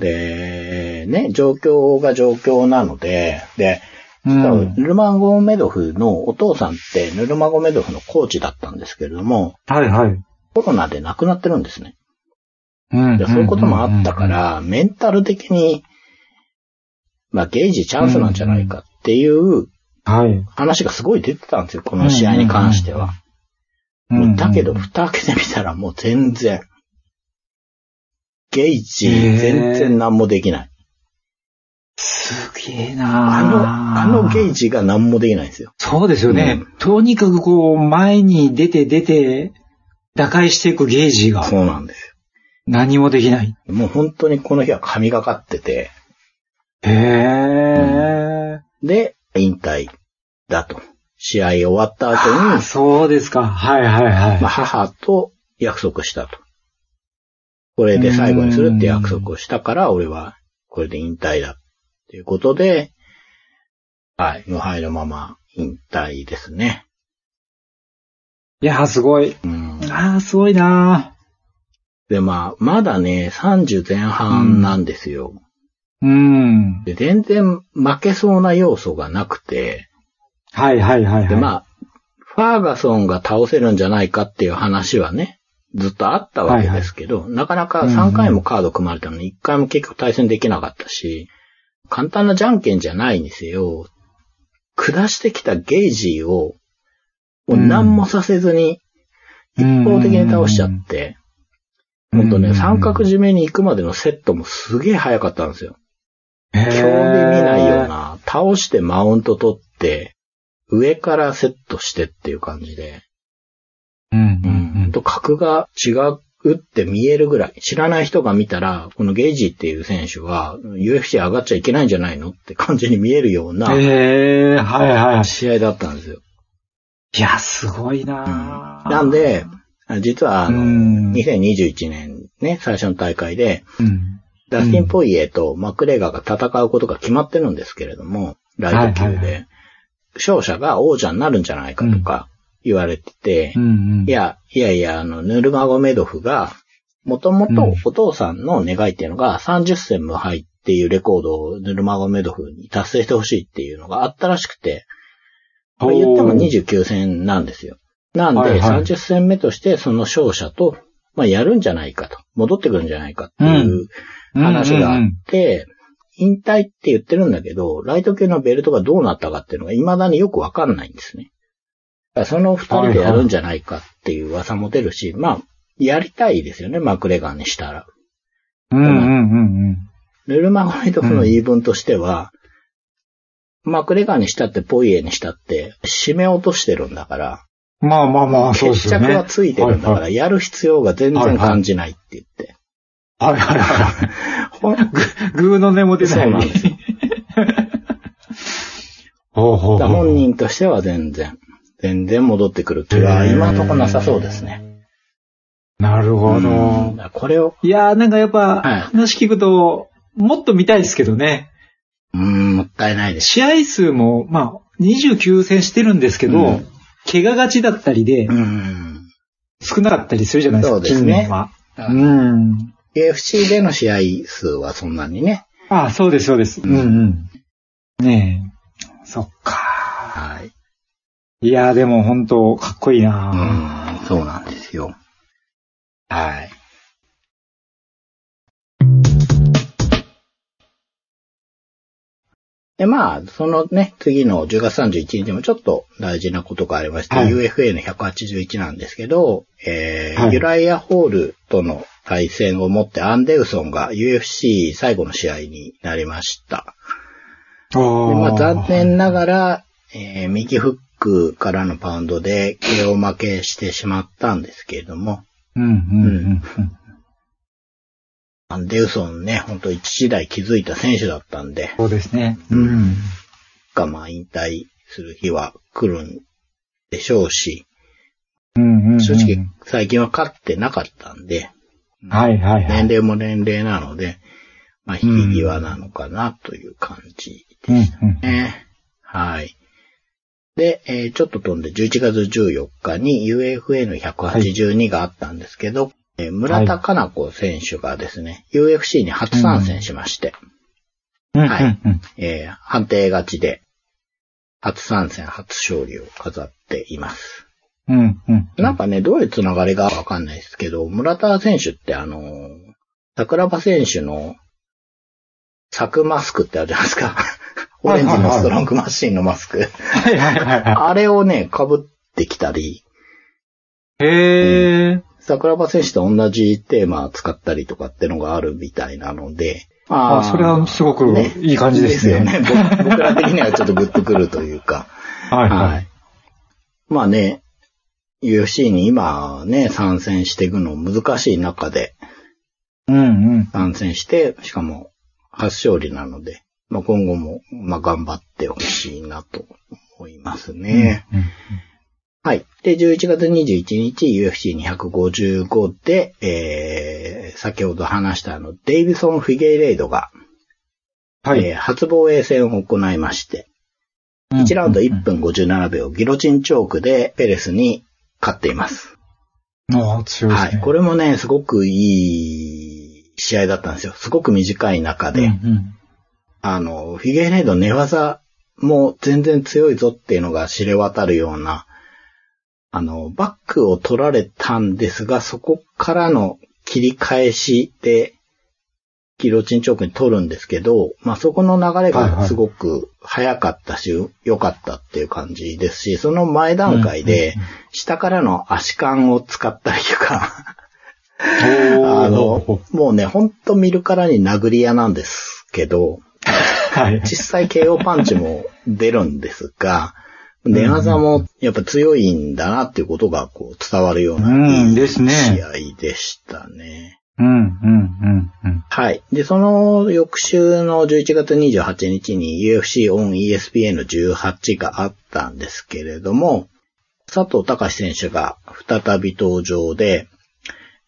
S1: で、ね、状況が状況なので、で、
S2: う
S1: だから
S2: ん。
S1: ヌルマゴメドフのお父さんってヌルマゴメドフのコーチだったんですけれども、
S2: はいはい。
S1: コロナで亡くなってるんですね。
S2: うん
S1: でそういうこともあったか、ら、メンタル的に、まあ、ゲージチャンスなんじゃないかっていう
S2: はい。
S1: 話がすごい出てたんですよ、この試合に関しては。だけど、蓋開けてみたらもう全然、ゲージ全然何もできない。
S2: すげえ
S1: あの、
S2: な
S1: あのゲー
S2: ジ。
S1: ジが何もできないんですよ。
S2: そうですよね。
S1: う
S2: とにかくこう、前に出て出て、打開していくゲージが
S1: そうなんです
S2: 何もできない。
S1: よ。もう本当にこの日は神がかってて、
S2: へえ、
S1: で、引退だと。試合終わった後
S2: あ
S1: に、
S2: そうですか。はいはいはい。
S1: <laughs> まあ、母と約束したと。これで最後にするって約束をしたから、俺はこれで引退だ。っていうことで、はい、無敗のまま引退ですね。
S2: いやー、すごい。
S1: うん、
S2: ああ、すごいな
S1: で、まあ、まだね、30前半なんですよ。
S2: ーうん。
S1: で、全然負けそうな要素がなくて、
S2: はいはいはいはい。
S1: で、まあ、ファーガソンが倒せるんじゃないかっていう話はね、ずっとあったわけですけど、なかなか3回もカード組まれたのに1回も結局対戦できなかったし、簡単なじゃんけんじゃないにせよ、下してきたゲージを、もう何もさせずに
S2: 一
S1: 一方的に倒しちゃって、
S2: うん
S1: ほんと
S2: う
S1: ね、
S2: ん
S1: 三角締めに行くまでのセットもすげえ早かったんですよ。
S2: 興味
S1: 興味見ないよう。な、倒してマウント取って、上からセットしてっていう感じで、
S2: うんう
S1: うんん、と格が違うって見えるぐらい、知らない人が見たら、このゲージっていう選手は UFC 上がっちゃいけないんじゃないのって感じに見えるよう
S2: うん。
S1: な
S2: へえ、はいはい。
S1: 試合だったんですよ。
S2: いや、すごい
S1: うん
S2: なー
S1: なんで、実はあ
S2: う
S1: の、
S2: ん
S1: 2021年ね、最初の大会で、
S2: うん
S1: ダスティン・ポイエとマクレガーが戦うことが決まってるんですけれども、ライト級で、
S2: はいはい
S1: 勝者が王者になるんじゃないかとか言われてて、
S2: うんうん
S1: い、や、いやいや、あの、ヌルマゴメドフが、もともとお父さんの願いっていうのが30戦無敗っていうレコードをヌルマゴメドフに達成してほしいっていうのがあったらしくて、これ言っても29戦なんですよ。なん
S2: はい
S1: で、
S2: はい
S1: 30戦目としてその勝者と、まあ、やるんじゃないかと、戻ってくるんじゃないかっていう、話があって、引退って言ってるんだけど、ライト級のベルトがどうなったかっていうのが未だによくわかんないんですね。だからその二人でやるんじゃないかっていう噂も出るし、まあ、やりたいですよね、マクレガーにしたら。
S2: うんうんうんうん。
S1: ルルマゴメドフの言い分としては、マクレガーにしたってポイエにしたって、締め落としてるんだから、
S2: まあまあまあ、そうで
S1: <laughs> 決
S2: すよね。
S1: 着はついてるんだか
S2: はい
S1: ら、やる必要が全然感じないって言って。
S2: はいはいはい。
S1: ほ
S2: <laughs>
S1: ん
S2: グーの根も出ない。
S1: そうなんですよ。
S2: ほうほうほう
S1: だから本人としては全然、全然戻ってくる気は今のところなさそうですね。
S2: ね。なるほ
S1: うん
S2: ど。
S1: だからこれを、
S2: いやーなんかやっぱ、
S1: はい
S2: 話聞くと、もっと見たいですけどね。
S1: うん、もったいないです。
S2: 試合数も、まあ、29戦してるんですけど、
S1: うん
S2: 怪我がちだったりで
S1: う、ん。
S2: 少なかったりするじゃないですか、
S1: そうですね
S2: 近年は。
S1: だから
S2: うん。
S1: UFC での試合数はそんなにね。
S2: ああ、そうです、そうです。うんうん。ねえ。そっか。
S1: はい。
S2: いやーでも本当かっこいいなー、
S1: うん、そうなんですよ。はい。で、まあ、そのね、次の10月31日もちょっと大事なことがありまして、
S2: はい
S1: UFA の181なんですけど、えー
S2: はい
S1: ユライア・ホールとの対戦をもってアンデルソンが UFC 最後の試合になりました。でまあ、残念ながら、えー右フックからのパウンドで KO 負けしてしまったんですけれども、
S2: うんうんうんうん。
S1: アンデウソンね、ほんと一時代気づいた選手だったんで、
S2: そうですね。
S1: う
S2: うんん。
S1: がまあ引退する日は来るんでしょうし、
S2: うんうんうん。
S1: 正直。最近は勝ってなかったんで、
S2: はいはいはい。
S1: 年齢も年齢なので、まあ引き際なのかなという感じ
S2: うんうん。
S1: ね。はい。で、えーちょっと飛んで11月14日に UFA の182があったんですけど、えー村田かな子選手がですね、UFC に初参戦しまして、
S2: うんうんうん
S1: はいえー判定勝ちで初参戦、初勝利を飾っています。
S2: うん、うん。
S1: なんかね、どういうつながりがわかんないですけど、村田選手ってあの、桜庭選手の、サクマスクってあるじゃないですか。 <laughs> オレンジのストロングマシンのマスク。
S2: はいはいはいは
S1: あれをね、被ってきたり、
S2: い。へえ。
S1: 桜庭選手と同じテーマ使ったりとかってのがあるみたいなので、
S2: あそれはすごく
S1: ね
S2: いい感じですね。
S1: いいですよね。僕僕ら的にはちょっとグッとくるというか。
S2: はい
S1: は
S2: はい。
S1: い。まあね、UFC に今ね、参戦していくの難しい中で
S2: うんうん。
S1: 参戦して、しかも初勝利なので、まあ今後も、まあ頑張ってほしいなと思いますね。
S2: うん
S1: はい。で、11月21日 UFC255 で、えー、先ほど話したあの、デイビソン・フィゲイレイドが、
S2: はい。
S1: えー初防衛戦を行いまして、1ラウンド1分57秒、ギロチンチョークでペレスに勝っています。
S2: うんうん。ああ、強いです
S1: は
S2: ね。
S1: い。これもね、すごくいい試合だったんですよ。すごく短い中で、
S2: うんうん
S1: あの、フィゲレード寝技も全然強いぞっていうのが知れ渡るような、あの、バックを取られたんですが、そこからの切り返しで、ギロチンチョークに取るんですけど、まあ、そこの流れがすごく早かったし、良かったっていう感じですし、その前段階で、下からの足感を使ったりとか、あ
S2: お
S1: の
S2: ー、
S1: もうね、ほんと見るからに殴り屋なんですけど、
S2: はい。
S1: 実際 KO パンチも出るんですが、寝技もやっぱ強いんだなっていうことがこう伝わるよう
S2: う
S1: なんいい
S2: ですね
S1: 試合でしたね。
S2: うんうんうんうん。
S1: はい。で、その翌週の11月28日に UFC on ESPN 18があったんですけれども、佐藤隆選手が再び登場で、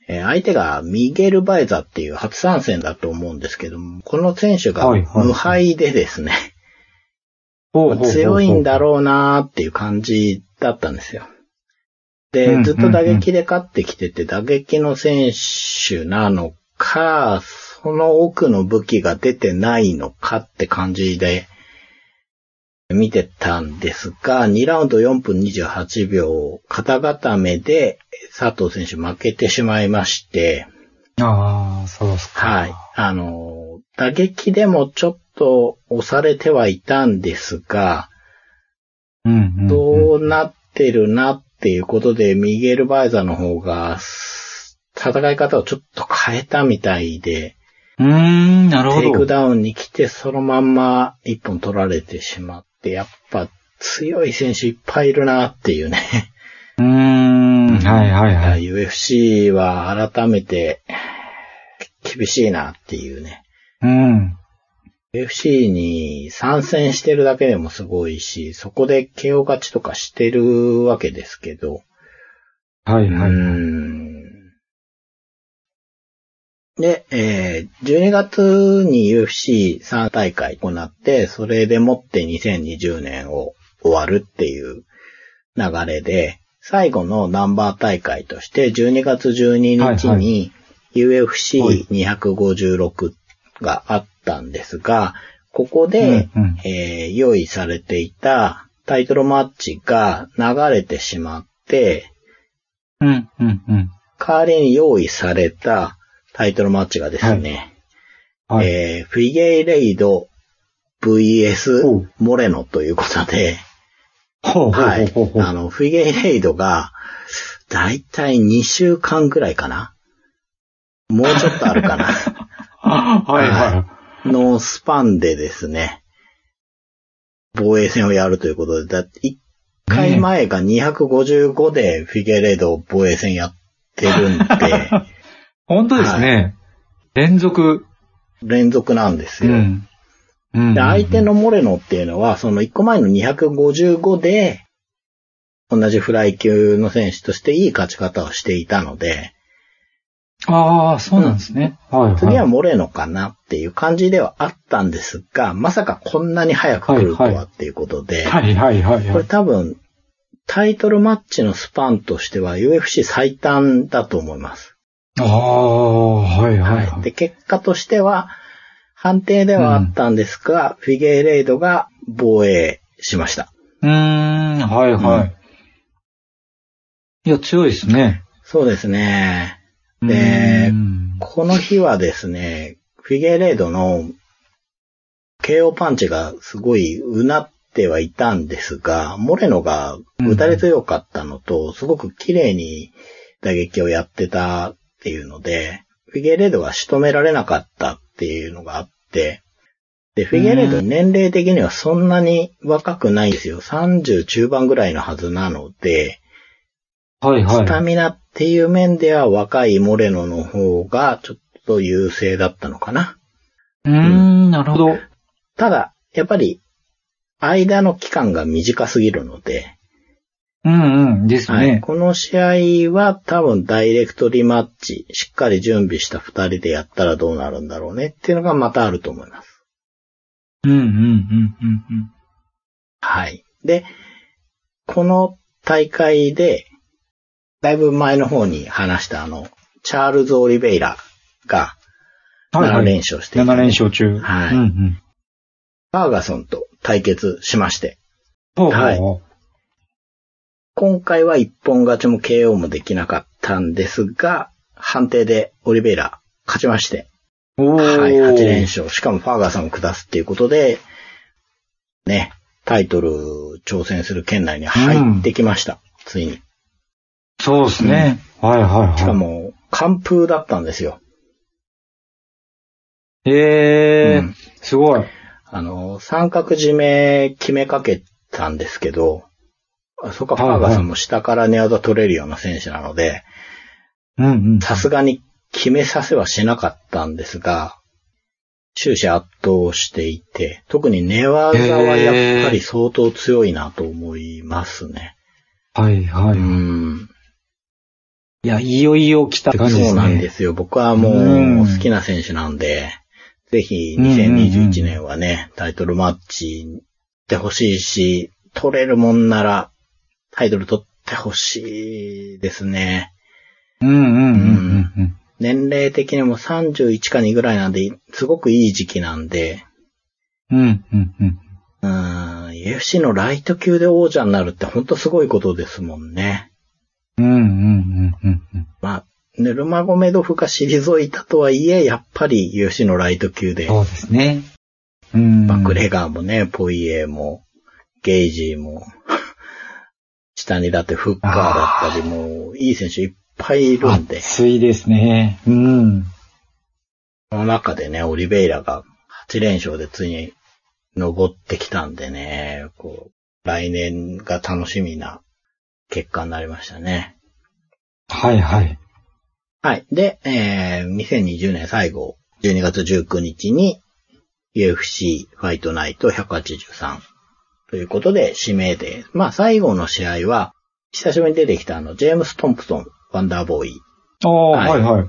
S1: えー相手がミゲル・バイザっていう初参戦だと思うんですけども、この選手が
S2: はいはい
S1: 無敗でですね、
S2: ほうほうほうほう
S1: 強いんだろうなーっていう感じだったんですよ。で、
S2: うん
S1: ずっと打撃で勝ってきてて、打撃の選手なのか、その奥の武器が出てないのかって感じで見てたんですが、2ラウンド4分28秒、肩固めで佐藤選手負けてしまいまして、
S2: ああ、そうですか。
S1: はい。あの、打撃でもちょっと押されてはいたんですが、
S2: うんうんうん。
S1: どうなってるなっていうことで、ミゲル・バイザーの方が、す戦い方をちょっと変えたみたいで、
S2: うーん、なるほど。
S1: テイクダウンに来てそのまんま一本取られてしまって、やっぱ強い選手いっぱいいるなっていうね。
S2: うーん、はいはいはい。
S1: <laughs> UFC は改めて厳しいなっていうね。
S2: うん。
S1: UFC に参戦してるだけでもすごいし、そこで KO 勝ちとかしてるわけですけど、
S2: はいうはい。
S1: ん。で、えー12月に UFC3 大会行って、それでもって2020年を終わるっていう流れで、最後のナンバー大会として、12月12日
S2: はいは
S1: に UFC256 があったんですが、ここで、
S2: うんうん
S1: えー用意されていたタイトルマッチが流れてしまって、
S2: うん、うん、うん。
S1: 代わりに用意されたタイトルマッチがですね、
S2: はい。
S1: えーフィゲイレイド
S2: お
S1: VS
S2: う
S1: モレノということで、
S2: ほうほう
S1: はい。
S2: ほうほうほ
S1: あ
S2: う。
S1: の、フィゲイレイドが、だいたい2週間ぐらいかなもうちょっとあるか
S2: <laughs>
S1: な
S2: はいは
S1: のスパンでですね、防衛戦をやるということで、だ1回前が255でフィゲイレイド防衛戦やってる
S2: <laughs>
S1: んで、
S2: い。本当ですね。連続。
S1: 連続なんです
S2: う
S1: よ。
S2: ん。うん。
S1: で、相手のモレノっていうのは、その1個前の255で、同じフライ級の選手としていい勝ち方をしていたので、
S2: ああ、そうなんですね。はいはい。
S1: 次はモレノかなっていう感じではあったんですが、まさかこんなに早く来ると
S2: はいは
S1: はいっていうことで、
S2: はいはいはい
S1: こ
S2: は
S1: れ
S2: い。
S1: 多分、タイトルマッチのスパンとしては UFC 最短だと思います。
S2: ああ、はいはいはい。
S1: で、結果としては、判定ではあったんですが、フィゲイレイドが防衛しました。
S2: うーん、はいはい。
S1: うん
S2: いや、強いですね。
S1: そうですね。で
S2: うん
S1: この日はですね、フィゲレードの KO パンチがすごいうなってはいたんですが、モレノが打たれ強かったのと、すごく綺麗に打撃をやってたっていうので、フィゲレードが仕留められなかったっていうのがあって、で、フィゲレード年齢的にはそんなに若くないんですよ。30中盤ぐらいのはずなので、
S2: はいは
S1: スタ
S2: い。
S1: ミナっていう面では若いモレノの方がちょっと優勢だったのかな。
S2: うーん、なるほど。
S1: ただ、やっぱり、間の期間が短すぎるので、
S2: うんうん、です
S1: はい
S2: ね。
S1: この試合は多分ダイレクトリマッチ、しっかり準備した二人でやったらどうなるんだろうねっていうのがまたあると思います。
S2: うんうんうんうんうん。
S1: はい。で、この大会で、だいぶ前の方に話したあの、チャールズ・オリベイラが
S2: はいは
S1: 7
S2: い
S1: 連勝していた
S2: 7連勝中。
S1: はい
S2: うんうん。
S1: ファーガソンと対決しまして、
S2: ほうほ
S1: は
S2: う
S1: い
S2: ほ
S1: 今回は一本勝ちも KO もできなかったんですが、判定でオリベイラ勝ちまして、
S2: う。おー
S1: はい、8連勝。しかもファーガソンを下すっていうことで、ね、タイトル挑戦する圏内に入ってきました。ついに。
S2: そうですね。はいはいはい。
S1: しかも、完封だったんですよ。
S2: ええ
S1: うん
S2: すごい。
S1: あの、三角締め決めかけたんですけど、あそっか、フ
S2: はいは
S1: ァ
S2: い
S1: ーガソンも下から寝技取れるような選手なので、
S2: うんうん。
S1: さすがに決めさせはしなかったんですが、終始圧倒していて、特に寝技はやっぱり相当強いなと思いますね。
S2: はいは
S1: う
S2: い。い
S1: ん。
S2: や、いよいよ来たって感じですね。
S1: そうなんですよ。僕はも
S2: うん
S1: う好きな選手なんで、ぜひ
S2: うんうんうん
S1: 2021年はね、タイトルマッチってほしいし、取れるもんならタイトル取ってほしいですね。
S2: うんうんうんうんうん。
S1: 年齢的にも31か2ぐらいなんで、すごくいい時期なんで、
S2: うんうんうん。
S1: うーん、UFC のライト級で王者になるってほんとすごいことですもんね。
S2: うんうんうんうんうん。
S1: まあ、ヌルマゴメドフが <laughs> 退いたとはいえ、やっぱり UFC のライト級で、
S2: そうですね。うん。
S1: マクレガーもね、ポイエーも、ゲイジーも、 <laughs> 下にだってフッカーだったり、もういい選手いっぱいいるんで、
S2: 熱いですね。うん。
S1: その中でね、オリベイラが8連勝でついに登ってきたんでね、こう、来年が楽しみな結果になりましたね。
S2: はいはい。
S1: はい。で、えー、2020年最後、12月19日に UFC ファイトナイト183ということで指名で、まあ最後の試合は、久しぶりに出てきたあの、ジェームス・トンプソン、ワンダーボーイ、
S2: ああ、
S1: は
S2: はいいはい。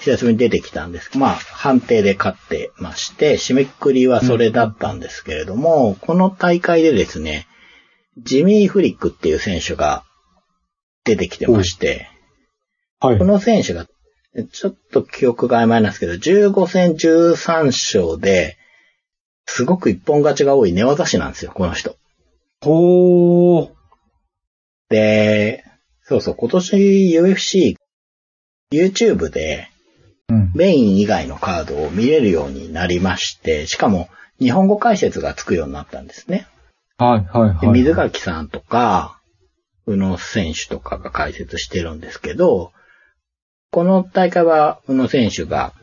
S1: 久しぶりに出てきたんです。まあ判定で勝ってまして、締めくくりはそれだったんですけれども、この大会でですね、ジミー・フリックっていう選手が出てきてまして、
S2: はい
S1: こ。の選手が、ちょっと記憶が曖昧なんですけど、15戦13勝で、すごく一本勝ちが多い寝技師なんですよ、この人。
S2: ほー。
S1: で、そうそう、今年 UFC、YouTube で
S2: うん。
S1: メイン以外のカードを見れるようになりまして、しかも日本語解説がつくようになったんですね。
S2: はいはいは
S1: で
S2: い。
S1: 水垣さんとか、宇野選手とかが解説してるんですけど、この大会は宇野選手が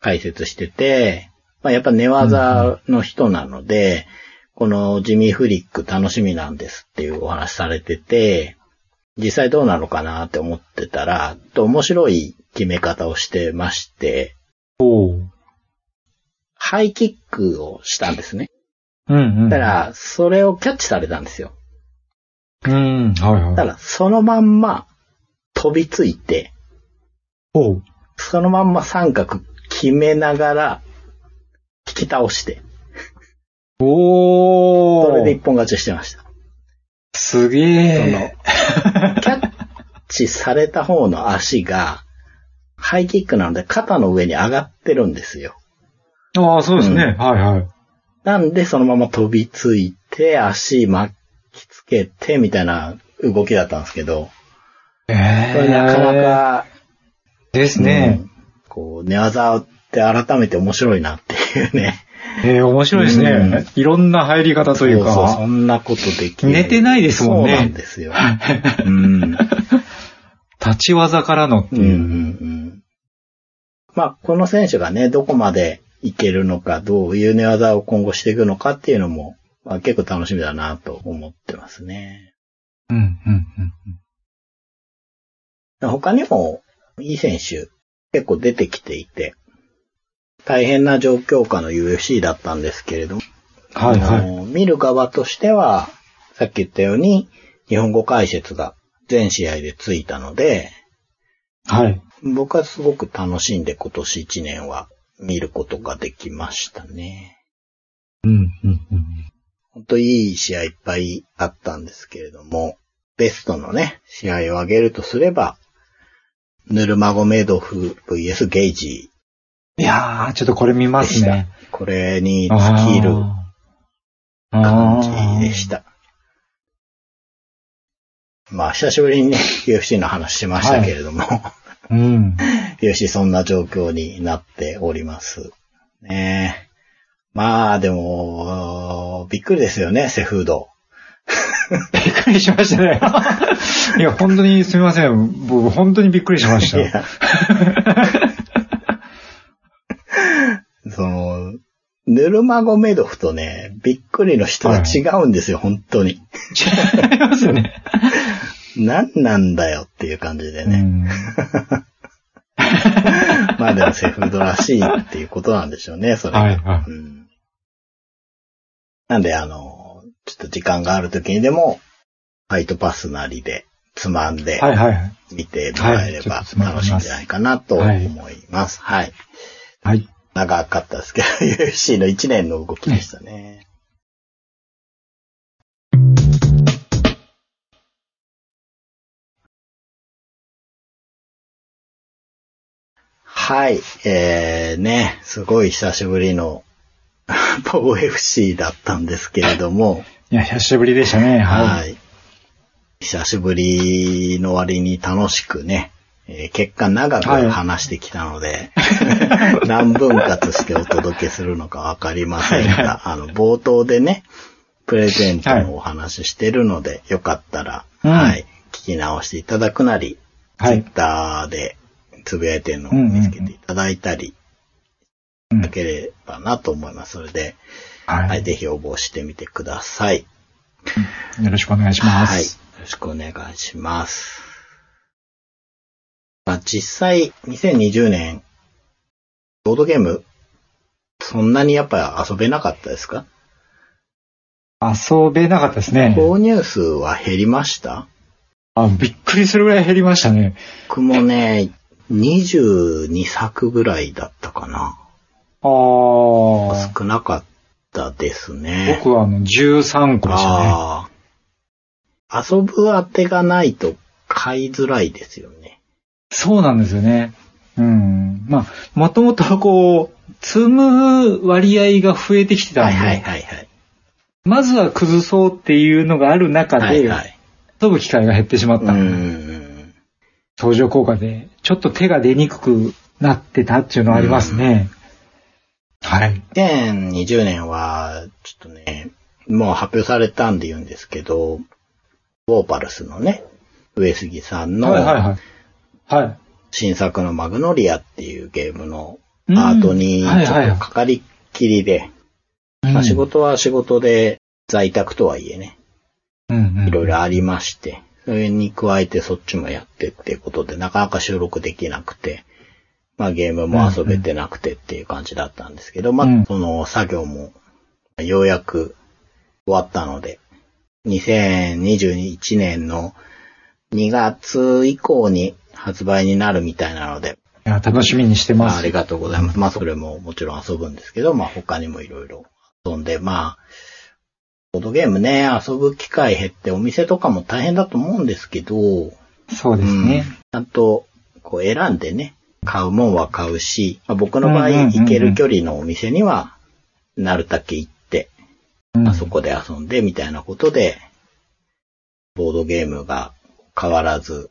S1: 解説してて、まあ、やっぱ寝技の人なので、このジミー・フリック楽しみなんですっていうお話されてて、実際どうなのかなって思ってたら、ちょっと面白い決め方をしてまして、
S2: ほー。
S1: ハイキックをしたんですね。
S2: うんうん。
S1: だか、ら、それをキャッチされたんですよ。
S2: うん、はいはい。
S1: ただ、そのまんま飛びついて、
S2: ほう。
S1: そのまんま三角決めながら、引き倒して、
S2: おー。
S1: それで一本勝ちしてました。
S2: す
S1: そ
S2: げ
S1: の
S2: え。、
S1: キャッチされた方の足が、ハイキックなので肩の上に上がってるんですよ。
S2: ああ、そうですね。
S1: う
S2: はいはい。
S1: なんで、そのまま飛びついて、足真っきつけて、みたいな動きだったんですけど、
S2: え
S1: これなかなか、
S2: ですね
S1: う。んこう、寝技って改めて面白いなっていうね。
S2: えー面白いですね。いろんな入り方とい
S1: そ
S2: う
S1: うそうそ
S2: か。
S1: んなことできる
S2: 寝てないですもんね
S1: そうなんですよ。うん。
S2: 立ち技からのって
S1: うんうんう
S2: いう。
S1: んまあ、この選手がね、どこまでいけるのか、どういう寝技を今後していくのかっていうのも、まあ、結構楽しみだなと思ってますね。
S2: うん、うん、うん。
S1: 他にも、いい選手、結構出てきていて、大変な状況下の UFC だったんですけれども、
S2: はい、
S1: あ
S2: はい。
S1: の見る側としては、さっき言ったように、日本語解説が全試合でついたので、
S2: はい。
S1: 僕はすごく楽しんで今年1年は見ることができましたね。
S2: うん、うん、うん。
S1: ほんといい試合いっぱいあったんですけれども、ベストのね、試合を挙げるとすれば、ヌルマゴメドフ VS ゲイジ
S2: いやー、ちょっとこれ見ま
S1: でし
S2: す
S1: た。
S2: ね。
S1: これに尽きる感じでし
S2: あ
S1: た。まあ、久しぶりに <laughs> ね、UFC の話しましたけれども、
S2: ー。うん。
S1: UFC そんな状況になっております。ねえ。まあ、でも、びっくりですよね、セフード。
S2: びっくりしました <laughs> ね。いや、本当にすみません。僕、本当にびっくりしまし
S1: いや
S2: た。
S1: その、ヌルマゴメドフとね、びっくりの人が違うんですよ、本当に。
S2: 違いますよね。
S1: 何なんだよっていう感じでね。まあでもセフードらしいっていうことなんでしょうね、それが。
S2: はいは
S1: うん。なんで、あの、ちょっと時間がある時にでも、ファイトパスなりで、つまん
S2: い。
S1: で、
S2: はいはい。
S1: 見てもらえれば
S2: はいちょっとつまみます
S1: 楽しいんじゃないかなと思います。はい。
S2: はい。
S1: 長かったですけど、UFC の1年の動きでしたね。はい、えー、ね、すごい久しぶりの <laughs> ポー FC だったんですけれども、
S2: いや、久しぶりでしたね。
S1: はい
S2: はい。
S1: い。久しぶりの割に楽しくね、えー結果長く
S2: はい
S1: 話してきたの
S2: <laughs>
S1: で、何分割してお届けするのかわかりません
S2: はい
S1: が、あの、冒頭でね、プレゼントのお話ししてるので、よかったら、
S2: うん
S1: はい、聞き直していただくなり、
S2: は
S1: ツイ
S2: い
S1: ッ。ターでつぶやいてるのを見つけていただいたり、
S2: うん
S1: いただければなと思います。それで、
S2: は
S1: はい、
S2: い。
S1: ぜひ応募してみてください。
S2: よろしくお願いしま
S1: はい。よ
S2: す。
S1: ろしくお願いします。まあ、実際、2020年、ボードゲーム、そんなにやっぱ遊べなかったですか、
S2: 遊べなかったですね。
S1: 購入数は減りました
S2: あ、びっくりするぐらい減りましたね。
S1: 僕もね、22作ぐらいだったかな。
S2: あー。
S1: 少なかったですね。
S2: 僕はあの、13個でしたね。
S1: ああー。遊ぶ当てがないと買いづらいですよね。
S2: そうなんですよね。うん。まあ、もともとこう、積む割合が増えてきてた
S1: は
S2: んで、
S1: いはいはいはい。
S2: まずは崩そうっていうのがある中で、
S1: はいはい。
S2: 飛ぶ機会が減ってしまっ
S1: う
S2: た。
S1: ん。
S2: 相乗効果で、ちょっと手が出にくくなってたっていうのはありますね。はい。
S1: 2020年は、ちょっとね、もう発表されたんで言うんですけど、ボーパルスのね、上杉さん
S2: はいはい
S1: の
S2: はい。はい。
S1: 新作のマグノリアっていうゲームのアートにち
S2: うん
S1: ょ
S2: はいはい
S1: っとかかりっきりで、まあ仕事は仕事で在宅とはいえね、い
S2: い
S1: ろいろありまして、それに加えてそっちもやってっていうことで、なかなか収録できなくて、まあゲームも遊べてなくてっていう感じだったんですけど、ま
S2: う
S1: あ
S2: ん
S1: その作業もようやく終わったので、2021年の2月以降に発売になるみたいなので、
S2: いや楽しみにしてま
S1: まあ、あ
S2: す。
S1: りがとうございます。まあ、それももちろん遊ぶんですけど、まあ、他にもいろいろ遊んで、まあ、ボードゲームね、遊ぶ機会減って、お店とかも大変だと思うんですけど、
S2: そうですね。
S1: ちゃんと、こう、選んでね、買うもんは買うし、まあ、僕の場合、
S2: うんうんうんうん
S1: 行ける距離のお店には、なるだけ行って、
S2: うん
S1: まあ、そこで遊んで、みたいなことで、ボードゲームが変わらず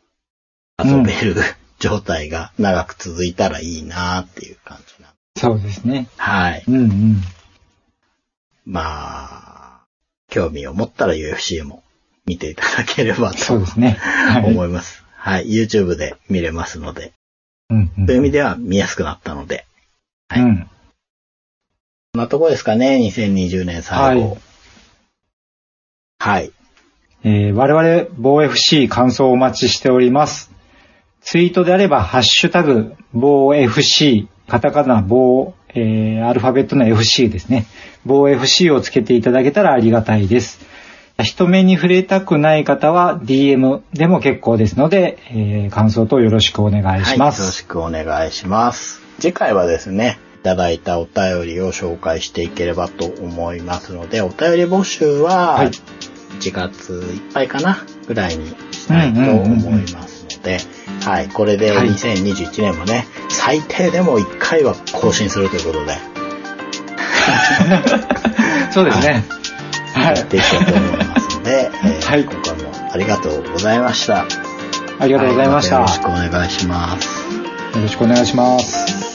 S1: 遊べる、 <laughs> 状態が長く続いたらいいなっていう感じな。
S2: そうですね。
S1: はい。
S2: うんうん。
S1: まあ、興味を持ったら UFC も見ていただければ
S2: そ
S1: と
S2: うですね。はい。
S1: 思います。はい。YouTube で見れますので、
S2: うんうん
S1: そういう意味では見やすくなったので、はい
S2: うん。
S1: こんなとこですかね、2020年最後。はい。
S2: えー我々、防 FC 感想をお待ちしております。ツイートであれば、ハッシュタグ、防 FC、カタカナ、防、えーアルファベットの FC ですね。防 FC をつけていただけたらありがたいです。人目に触れたくない方は DM でも結構ですので、えー感想とよろしくお願いしま
S1: はい。よろし
S2: す。
S1: くお願いします。次回はですね、いただいたお便りを紹介していければと思いますので、お便り募集は、
S2: はい
S1: 1月いっぱいかなぐらいにしたいと思いますので、はい、これで
S2: はい
S1: 2021年もね、最低でも1回は更新するということで、
S2: そうですね。はい
S1: やっていこうと思いますので、えー
S2: はい
S1: 今回もありがとうございました。あり
S2: ありがとうございました。
S1: よ
S2: よ
S1: ろしくお願いします。
S2: ろしくお願いします。